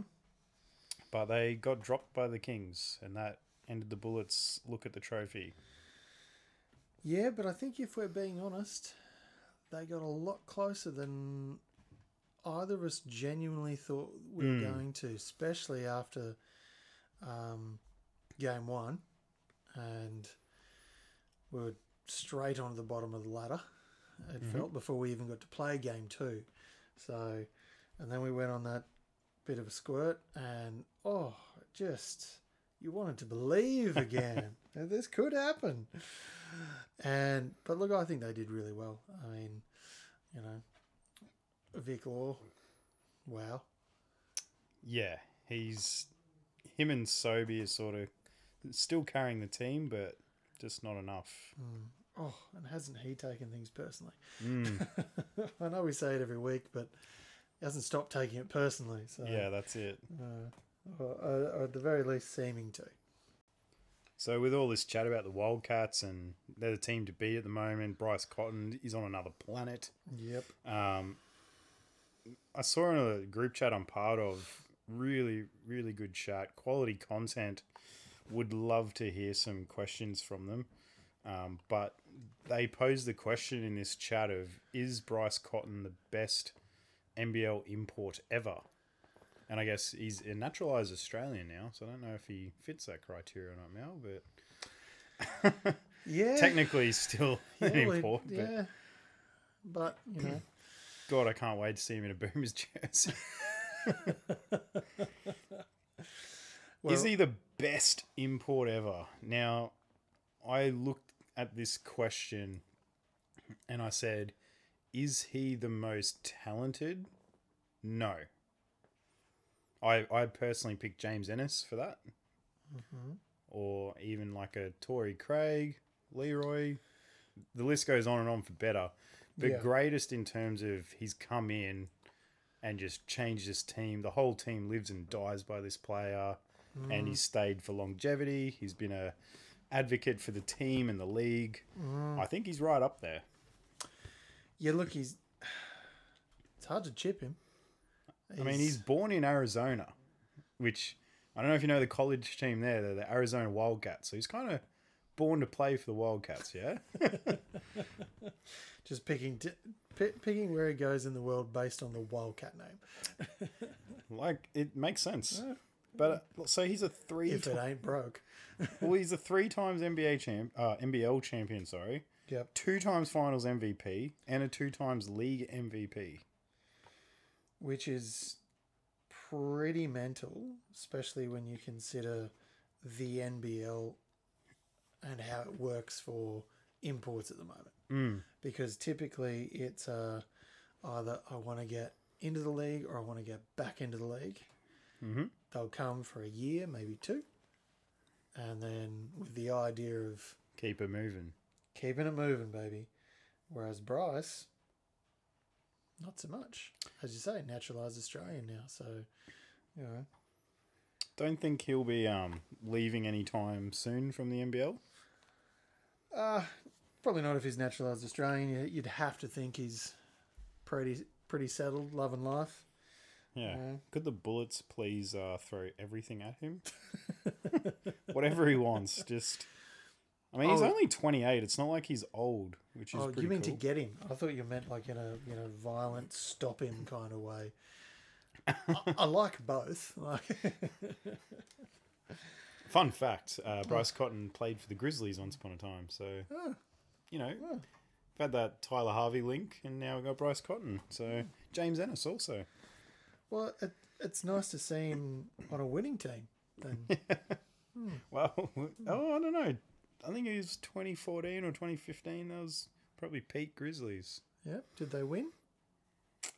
B: But they got dropped by the Kings, and that ended the Bullets' look at the trophy.
A: Yeah, but I think if we're being honest, they got a lot closer than either of us genuinely thought we were
B: Mm.
A: going to, especially after um, game one, and we were straight onto the bottom of the ladder. It felt before we even got to play game two, so and then we went on that bit of a squirt, and oh, it just you wanted to believe again that this could happen. And but look, I think they did really well. I mean, you know, Vic Law, wow,
B: Yeah, he's him and Sobey is sort of still carrying the team, but just not enough.
A: oh, and hasn't he taken things personally?
B: Mm,
A: I know we say it every week, but he hasn't stopped taking it personally. So
B: yeah, that's it.
A: or, or- or at the very least, seeming to.
B: So with all this chat about the Wildcats and they're the team to beat at the moment, Bryce Cotton is on another planet.
A: Yep.
B: Um, I saw in a group chat I'm part of, really, really good chat, quality content. Would love to hear some questions from them. Um, but they posed the question in this chat of is Bryce Cotton the best NBL import ever? And I guess he's a naturalized Australian now, so I don't know if he fits that criteria or not, Mel, but
A: Yeah.
B: technically he's still
A: well,
B: an
A: it-
B: import. But
A: yeah. But you know,
B: God, I can't wait to see him in a Boomers jersey. is
A: Well-
B: he the best import ever? Now, I looked at this question and I said, is he the most talented? No. I, I personally picked James Ennis for that. Or even like a Tory Craig, Leroy. The list goes on and on for better. The
A: Yeah.
B: greatest in terms of he's come in and just changed this team. The whole team lives and dies by this player, and he's stayed for longevity. He's been a advocate for the team and the league. I think he's right up there.
A: Yeah, look, he's. It's hard to chip him.
B: I mean, he's born in Arizona, which I don't know if you know the college team there. They're the Arizona Wildcats. So he's kind of born to play for the Wildcats, yeah?
A: just picking t- pi picking where he goes in the world based on the wildcat name.
B: like, it makes sense. But uh, so he's a three.
A: If
B: ti-
A: it ain't broke,
B: well, he's a three times NBA champ, uh, NBL champion. Sorry,
A: yep.
B: two times Finals MVP and a two times league MVP.
A: Which is pretty mental, especially when you consider the NBL and how it works for imports at the moment.
B: Mm.
A: Because typically it's uh, either I want to get into the league or I want to get back into the league.
B: hmm
A: they'll come for a year, maybe two, and then with the idea of
B: Keep it moving.
A: keeping it moving, baby. Whereas Bryce, not so much. As you say, naturalized Australian now, so you know,
B: Don't think he'll be um, leaving anytime soon from the NBL.
A: uh, probably not if he's naturalized Australian. You- You'd have to think he's pretty pretty settled, loving life.
B: Yeah.
A: Yeah.
B: Could the bullets please uh, throw everything at him? Whatever he wants, just. I mean, he's
A: Oh.
B: only 28. It's not like he's old, which is
A: Oh,
B: pretty
A: you mean to
B: cool.
A: get him? I thought you meant like in a you know violent stop him kind of way. I, I like both. Like,
B: Fun fact: uh, Bryce Cotton played for the Grizzlies once upon a time, so you know we've had that Tyler Harvey link, and now we have got Bryce Cotton.
A: Hmm.
B: So James Ennis also.
A: Well, it, it's nice to see him on a winning team. And
B: Well,
A: Hmm.
B: oh, I don't know. I think it was 2014 or 2015. That was probably peak Grizzlies.
A: yeah, did they win?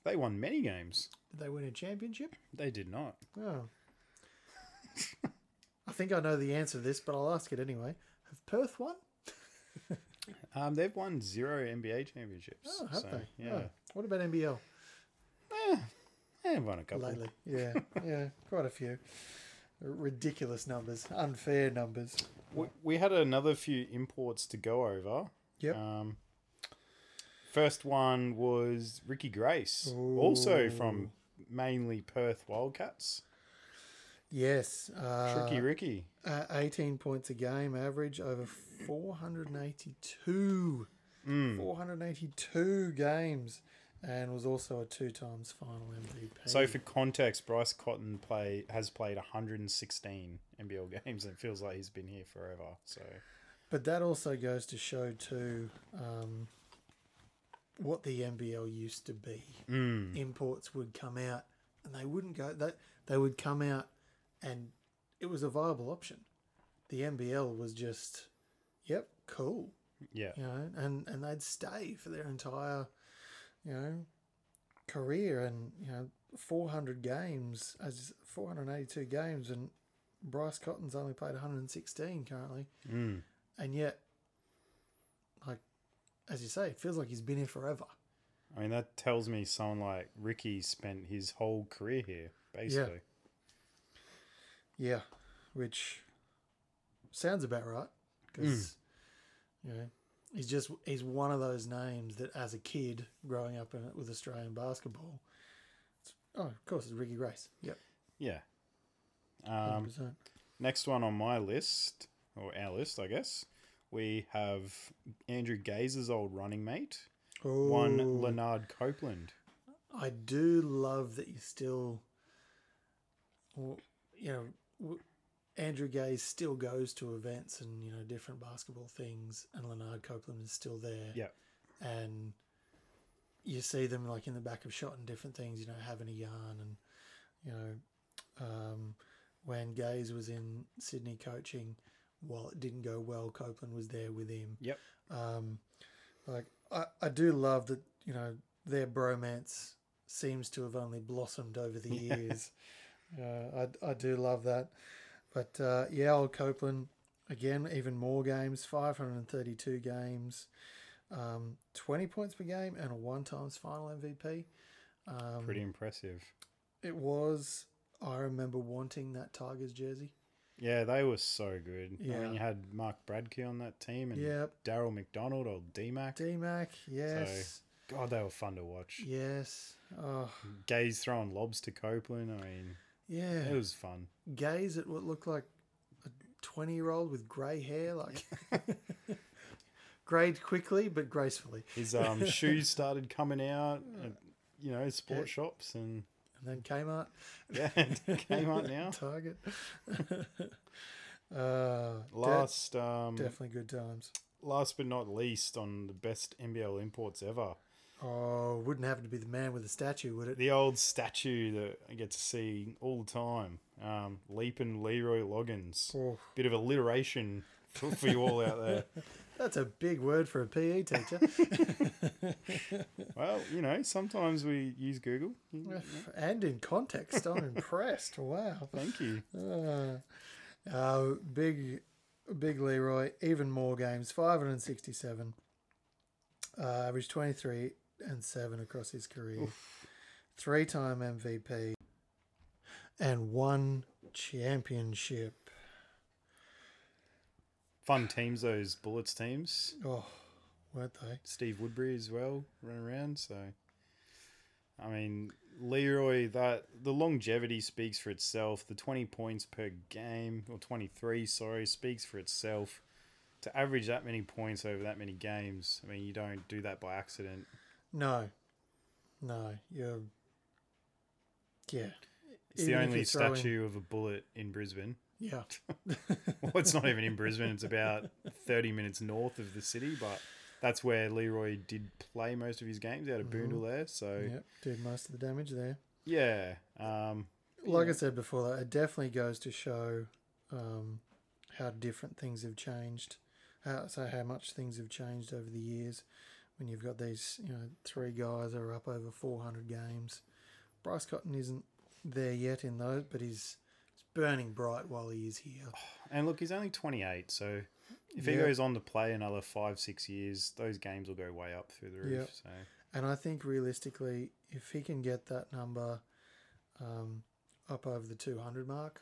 B: They won many games.
A: Did they win a championship?
B: They did not.
A: Oh. I think I know the answer to this, but I'll ask it anyway. Have Perth won?
B: Um, they've won zero NBA championships.
A: Oh, have
B: so,
A: they?
B: Yeah,
A: Oh. What about NBL
B: they've won a couple.
A: lately? Yeah, yeah, quite a few. Ridiculous numbers, unfair numbers.
B: We, we had another few imports to go over.
A: Yep.
B: Um, first one was Ricky Grace, also from mainly Perth Wildcats.
A: yes. Uh,
B: Tricky Ricky.
A: uh, 18 points a game average over 482
B: Mm.
A: 482 games and was also a two times final MVP.
B: So for context, Bryce Cotton play has played 116 NBL games, and it feels like he's been here forever. So
A: but that also goes to show too um, what the NBL used to be. Imports would come out and they wouldn't go that they would come out and it was a viable option. The NBL was just yep, cool.
B: yeah,
A: you know, and and they'd stay for their entire, you know, career. And you know, four hundred games as four hundred eighty-two games, and Bryce Cotton's only played one hundred and sixteen currently,
B: Mm.
A: and yet, like, as you say, it feels like he's been here forever.
B: I mean that tells me someone like Ricky spent his whole career here, basically.
A: Yeah, which sounds about right because you know he's just he's one of those names that as a kid growing up in, with Australian basketball, it's, oh of course it's Ricky Grace. Yep,
B: Yeah. Um,
A: 100%.
B: Next one on my list, or our list, I guess, we have Andrew Gaze's old running mate, Um, one
A: Ooh.
B: Leonard Copeland.
A: I do love that you still, well, you know, w- Andrew Gaze still goes to events and you know different basketball things, and Leonard Copeland is still there.
B: Yeah.
A: and you see them like in the back of shot and different things, you know, having a yarn and you know, um, when Gaze was in Sydney coaching, while it didn't go well, Copeland was there with him.
B: Yep.
A: Um, like I, I do love that you know their bromance seems to have only blossomed over the years. uh, I I do love that, but uh, yeah, old Copeland again, even more games, five hundred and thirty-two games, um, twenty points per game, and a one times final MVP. Um,
B: Pretty impressive.
A: It was. I remember wanting that Tigers jersey.
B: Yeah, they were so good. I
A: Yeah.
B: mean, you had Mark Bradkey on that team and
A: Yep.
B: Daryl McDonald, old D Mac.
A: D Mac, yes.
B: God, they were fun to watch.
A: Yes. Oh,
B: Gaze throwing lobs to Copeland. I mean,
A: yeah.
B: it was fun.
A: Gaze at what looked like a 20 year old with grey hair, like. Grade quickly but gracefully.
B: His um, shoes started coming out, at, you know, sport shops and
A: And then Kmart,
B: yeah, Kmart now.
A: Target. uh, de-
B: Last, um,
A: definitely good times.
B: last but not least, on the best NBL imports ever,
A: Oh, wouldn't happen to be the man with the statue, would it?
B: the old statue that I get to see all the time, um, Leapin' Leroy Loggins.
A: Oh,
B: Bit of alliteration for, for you all out there.
A: that's a big word for a PE teacher.
B: Well, you know, sometimes we use Google.
A: and in context, I'm impressed. Wow.
B: Thank you.
A: Uh, uh, big, big Leroy. Even more games. Five hundred and sixty-seven. Uh, averaged twenty-three and seven across his career. Three-time MVP and one championship.
B: Fun teams, those Bullets teams.
A: Oh, weren't they?
B: Steve Woodbury as well, run around. So, I mean, Leroy, that the longevity speaks for itself. The twenty points per game, or twenty three, sorry, speaks for itself. To average that many points over that many games, I mean, you don't do that by accident.
A: No, no. You're, yeah.
B: It's
A: Even
B: the
A: if
B: only
A: you throw in-
B: statue of a bullet in Brisbane.
A: Yeah.
B: Well, it's not even in Brisbane. It's about 30 minutes north of the city, but that's where Leroy did play most of his games out of
A: Uh-huh.
B: Boondall there. So,
A: Yep. Did most of the damage there.
B: yeah. Um,
A: like I said before, though, it definitely goes to show um, how different things have changed. How, so how much things have changed over the years. When you've got these, you know, three guys that are up over four hundred games. Bryce Cotton isn't there yet in those, but he's, he's burning bright while he is here.
B: and look, he's only 28. So, if he
A: Yeah.
B: goes on to play another five, six years, those games will go way up through the roof. So,
A: And I think realistically, if he can get that number um, up over the two hundred mark,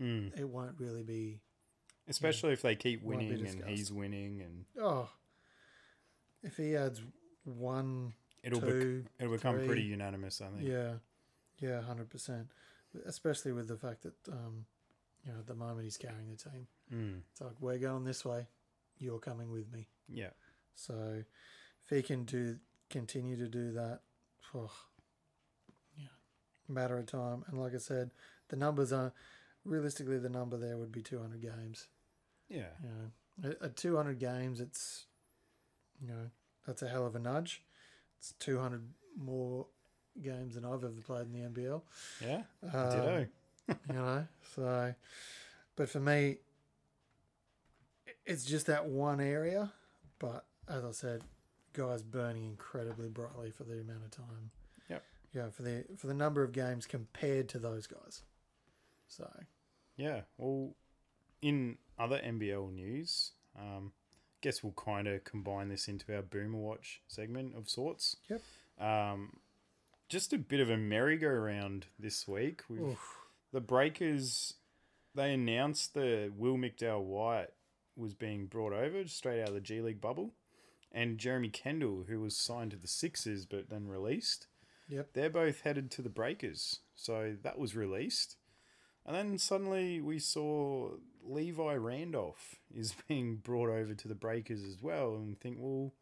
B: Mm.
A: it won't really be
B: especially if they keep
A: Won't be
B: winning and
A: discussed.
B: he's winning, and
A: Oh, if he adds one,
B: it'll,
A: Two,
B: bec- it'll become
A: three.
B: pretty unanimous, I think.
A: yeah, yeah, hundred percent. Especially with the fact that um, you know at the moment he's carrying the team.
B: Mm.
A: It's like we're going this way, you're coming with me.
B: Yeah.
A: So if he can do continue to do that, oh, yeah, matter of time. And like I said, the numbers are realistically the number there would be two hundred games.
B: Yeah.
A: you know, at- at 200 games, it's, you know, that's a hell of a nudge. It's 200 more games than I've ever played in the NBL,
B: Yeah.
A: Um,
B: Ditto.
A: you know, so, but for me, i- it's just that one area. But as I said, guys burning incredibly brightly for the amount of time.
B: Yep.
A: Yeah, for the for the number of games compared to those guys. So,
B: Yeah. Well, in other NBL news, um, guess we'll kind of combine this into our Boomer Watch segment of sorts.
A: Yep.
B: Um, just a bit of a merry-go-round this week. We've, the Breakers, they announced that Will McDowell White was being brought over straight out of the G League bubble, and Jeremy Kendall, who was signed to the Sixers but then released
A: yep.
B: they're both headed to the Breakers. So that was released. And then suddenly we saw Levi Randolph is being brought over to the Breakers as well and think, well,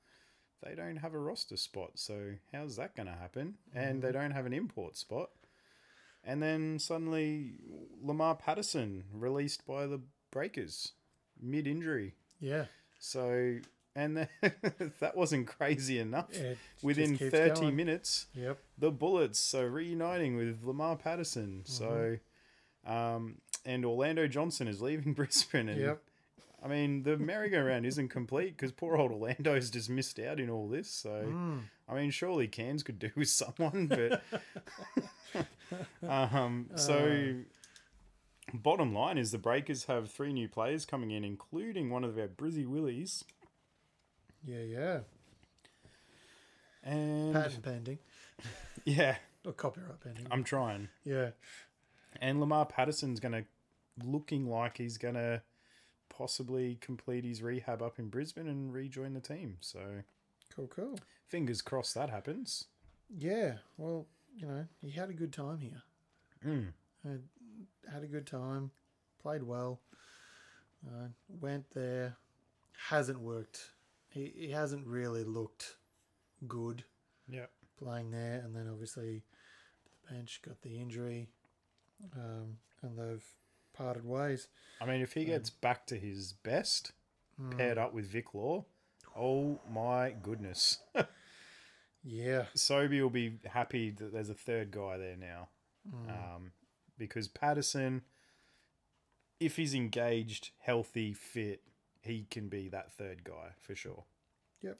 B: they don't have a roster spot. So how's that going to happen? And
A: Mm-hmm.
B: they don't have an import spot. And then suddenly Lamar Patterson released by the Breakers mid injury.
A: Yeah.
B: So, and then, that wasn't crazy enough.
A: It just
B: Within
A: keeps
B: 30
A: going.
B: minutes,
A: Yep.
B: the Bullets so reuniting with Lamar Patterson. So, um, and Orlando Johnson is leaving Brisbane. And,
A: Yep.
B: I mean, the merry-go-round isn't complete because poor old Orlando's just missed out in all this. So, I mean, surely Cairns could do with someone, but um, so. Bottom line is the Breakers have three new players coming in, including one of our Brizzy Willies
A: Yeah, yeah.
B: and
A: Patent pending.
B: yeah,
A: Or copyright pending.
B: I'm trying.
A: yeah.
B: And Lamar Patterson's going to looking like he's going to possibly complete his rehab up in Brisbane and rejoin the team. So
A: Cool, cool.
B: Fingers crossed that happens.
A: Yeah. Well, you know, he had a good time here.
B: Mm.
A: Had, had a good time. Played well. Uh, went there. Hasn't worked. He, he hasn't really looked good
B: Yep.
A: playing there, and then obviously the bench got the injury, um, and they've parted ways.
B: I mean, if he gets back to his best, paired up with Vic Law, oh my goodness.
A: Yeah,
B: Sobey will be happy that there's a third guy there now. Um, because Patterson, if he's engaged, healthy, fit, he can be that third guy for sure.
A: yep,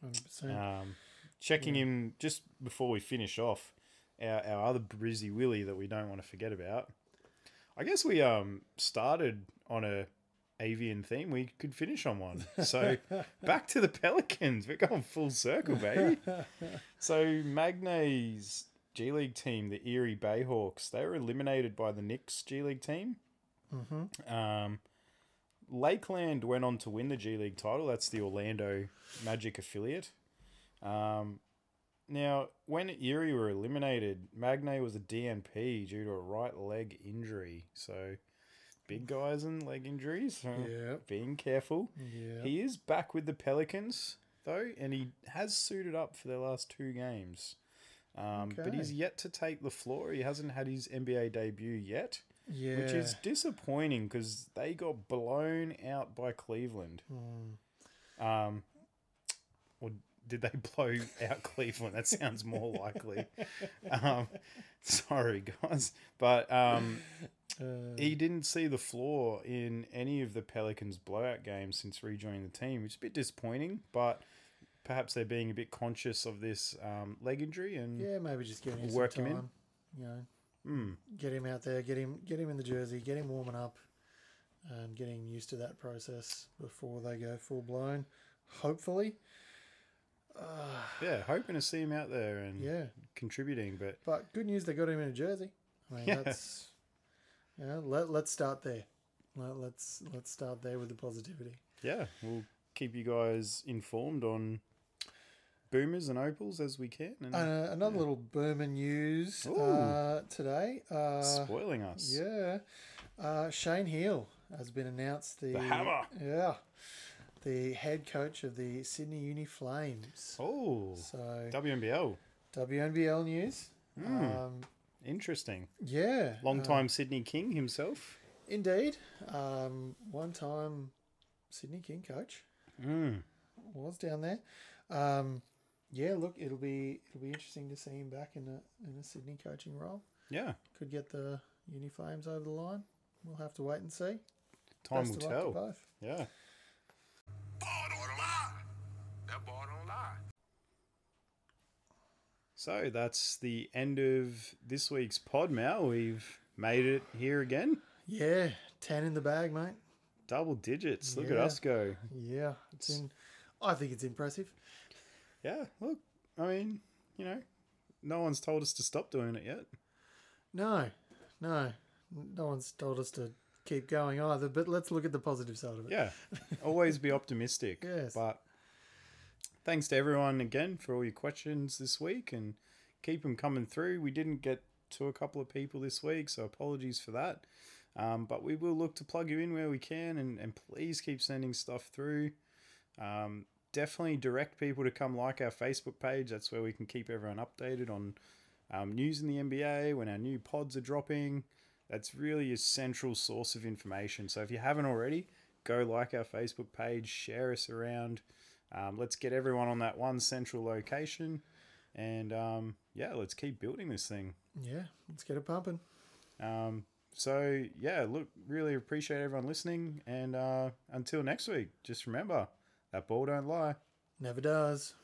A: hundred percent.
B: Um, checking him just before we finish off, our, our other Brizzy Willie that we don't want to forget about. I guess we um started on a avian theme. We could finish on one. So back to the Pelicans. We're going full circle, baby. So Magne's G League team, the Erie Bayhawks, they were eliminated by the Knicks G League team. Mm-hmm. Um, Lakeland went on to win the G League title. That's the Orlando Magic affiliate. Um, now, when Erie were eliminated, Magne was a DNP due to a right leg injury. So, big guys and leg injuries. so
A: Yep.
B: Being careful.
A: Yeah,
B: He is back with the Pelicans, though, and he has suited up for their last two games. Um, But he's
A: Okay.
B: yet to take the floor. He hasn't had his NBA debut yet
A: yeah.
B: which is disappointing because they got blown out by Cleveland.
A: Hmm.
B: Um, or did they blow out Cleveland? That sounds more likely. Um, sorry, guys, but um,
A: uh,
B: he didn't see the floor in any of the Pelicans' blowout games since rejoining the team, which is a bit disappointing. But perhaps they're being a bit conscious of this um, leg injury and
A: yeah, maybe just giving him
B: work
A: some
B: him in.
A: time. You know,
B: Mm,
A: get him out there, get him, get him in the jersey, get him warming up, and getting used to that process before they go full blown. Hopefully,
B: yeah, hoping to see him out there and
A: yeah.
B: contributing, but.
A: But good news, they got him in a jersey. I mean,
B: Yeah.
A: that's yeah. let let's start there. Let, let's let's start there with the positivity.
B: yeah, we'll keep you guys informed on boomers and opals as we can. And
A: Uh, another little Burma news
B: Hmm. Ooh.
A: uh, today. Uh,
B: spoiling us.
A: yeah, uh, Shane Heal has been announced the,
B: The hammer.
A: Yeah, the head coach of the Sydney Uni Flames.
B: Oh,
A: So
B: WNBL.
A: WNBL news. Um,
B: Interesting.
A: yeah,
B: Hmm. Long
A: Uh,
B: time Sydney King himself.
A: Indeed. Um, one time Sydney King coach.
B: Hmm.
A: Was down there. Um, yeah, look, it'll be it'll be interesting to see him back in a in a Sydney coaching role.
B: Yeah,
A: Could get the Uni Flames over the line. We'll have to wait and see.
B: time
A: Best of
B: will
A: luck to
B: tell.
A: both.
B: Yeah.
C: Ball don't lie. That ball don't lie.
B: So that's the end of this week's pod. Now we've made it here again.
A: Yeah, ten in the bag, mate.
B: Double digits. Look at
A: Yeah.
B: us go.
A: Yeah, it's in. I think it's impressive.
B: Yeah. Look, I mean, you know, no one's told us to stop doing it yet.
A: No, no, no one's told us to keep going either. But let's look at the positive side of it.
B: Yeah. Always be optimistic.
A: Yes.
B: But thanks to everyone again for all your questions this week and keep them coming through. We didn't get to a couple of people this week, so apologies for that. Um, but we will look to plug you in where we can and, and please keep sending stuff through. Um, definitely direct people to come like our Facebook page. That's where we can keep everyone updated on um, news in the NBA, when our new pods are dropping. That's really your central source of information. So if you haven't already, go like our Facebook page, share us around. Um, let's get everyone on that one central location. And um, yeah, let's keep building this thing.
A: Yeah, let's get it pumping.
B: Um, so yeah, look, really appreciate everyone listening. And uh, until next week, just remember that ball don't lie.
A: Never does.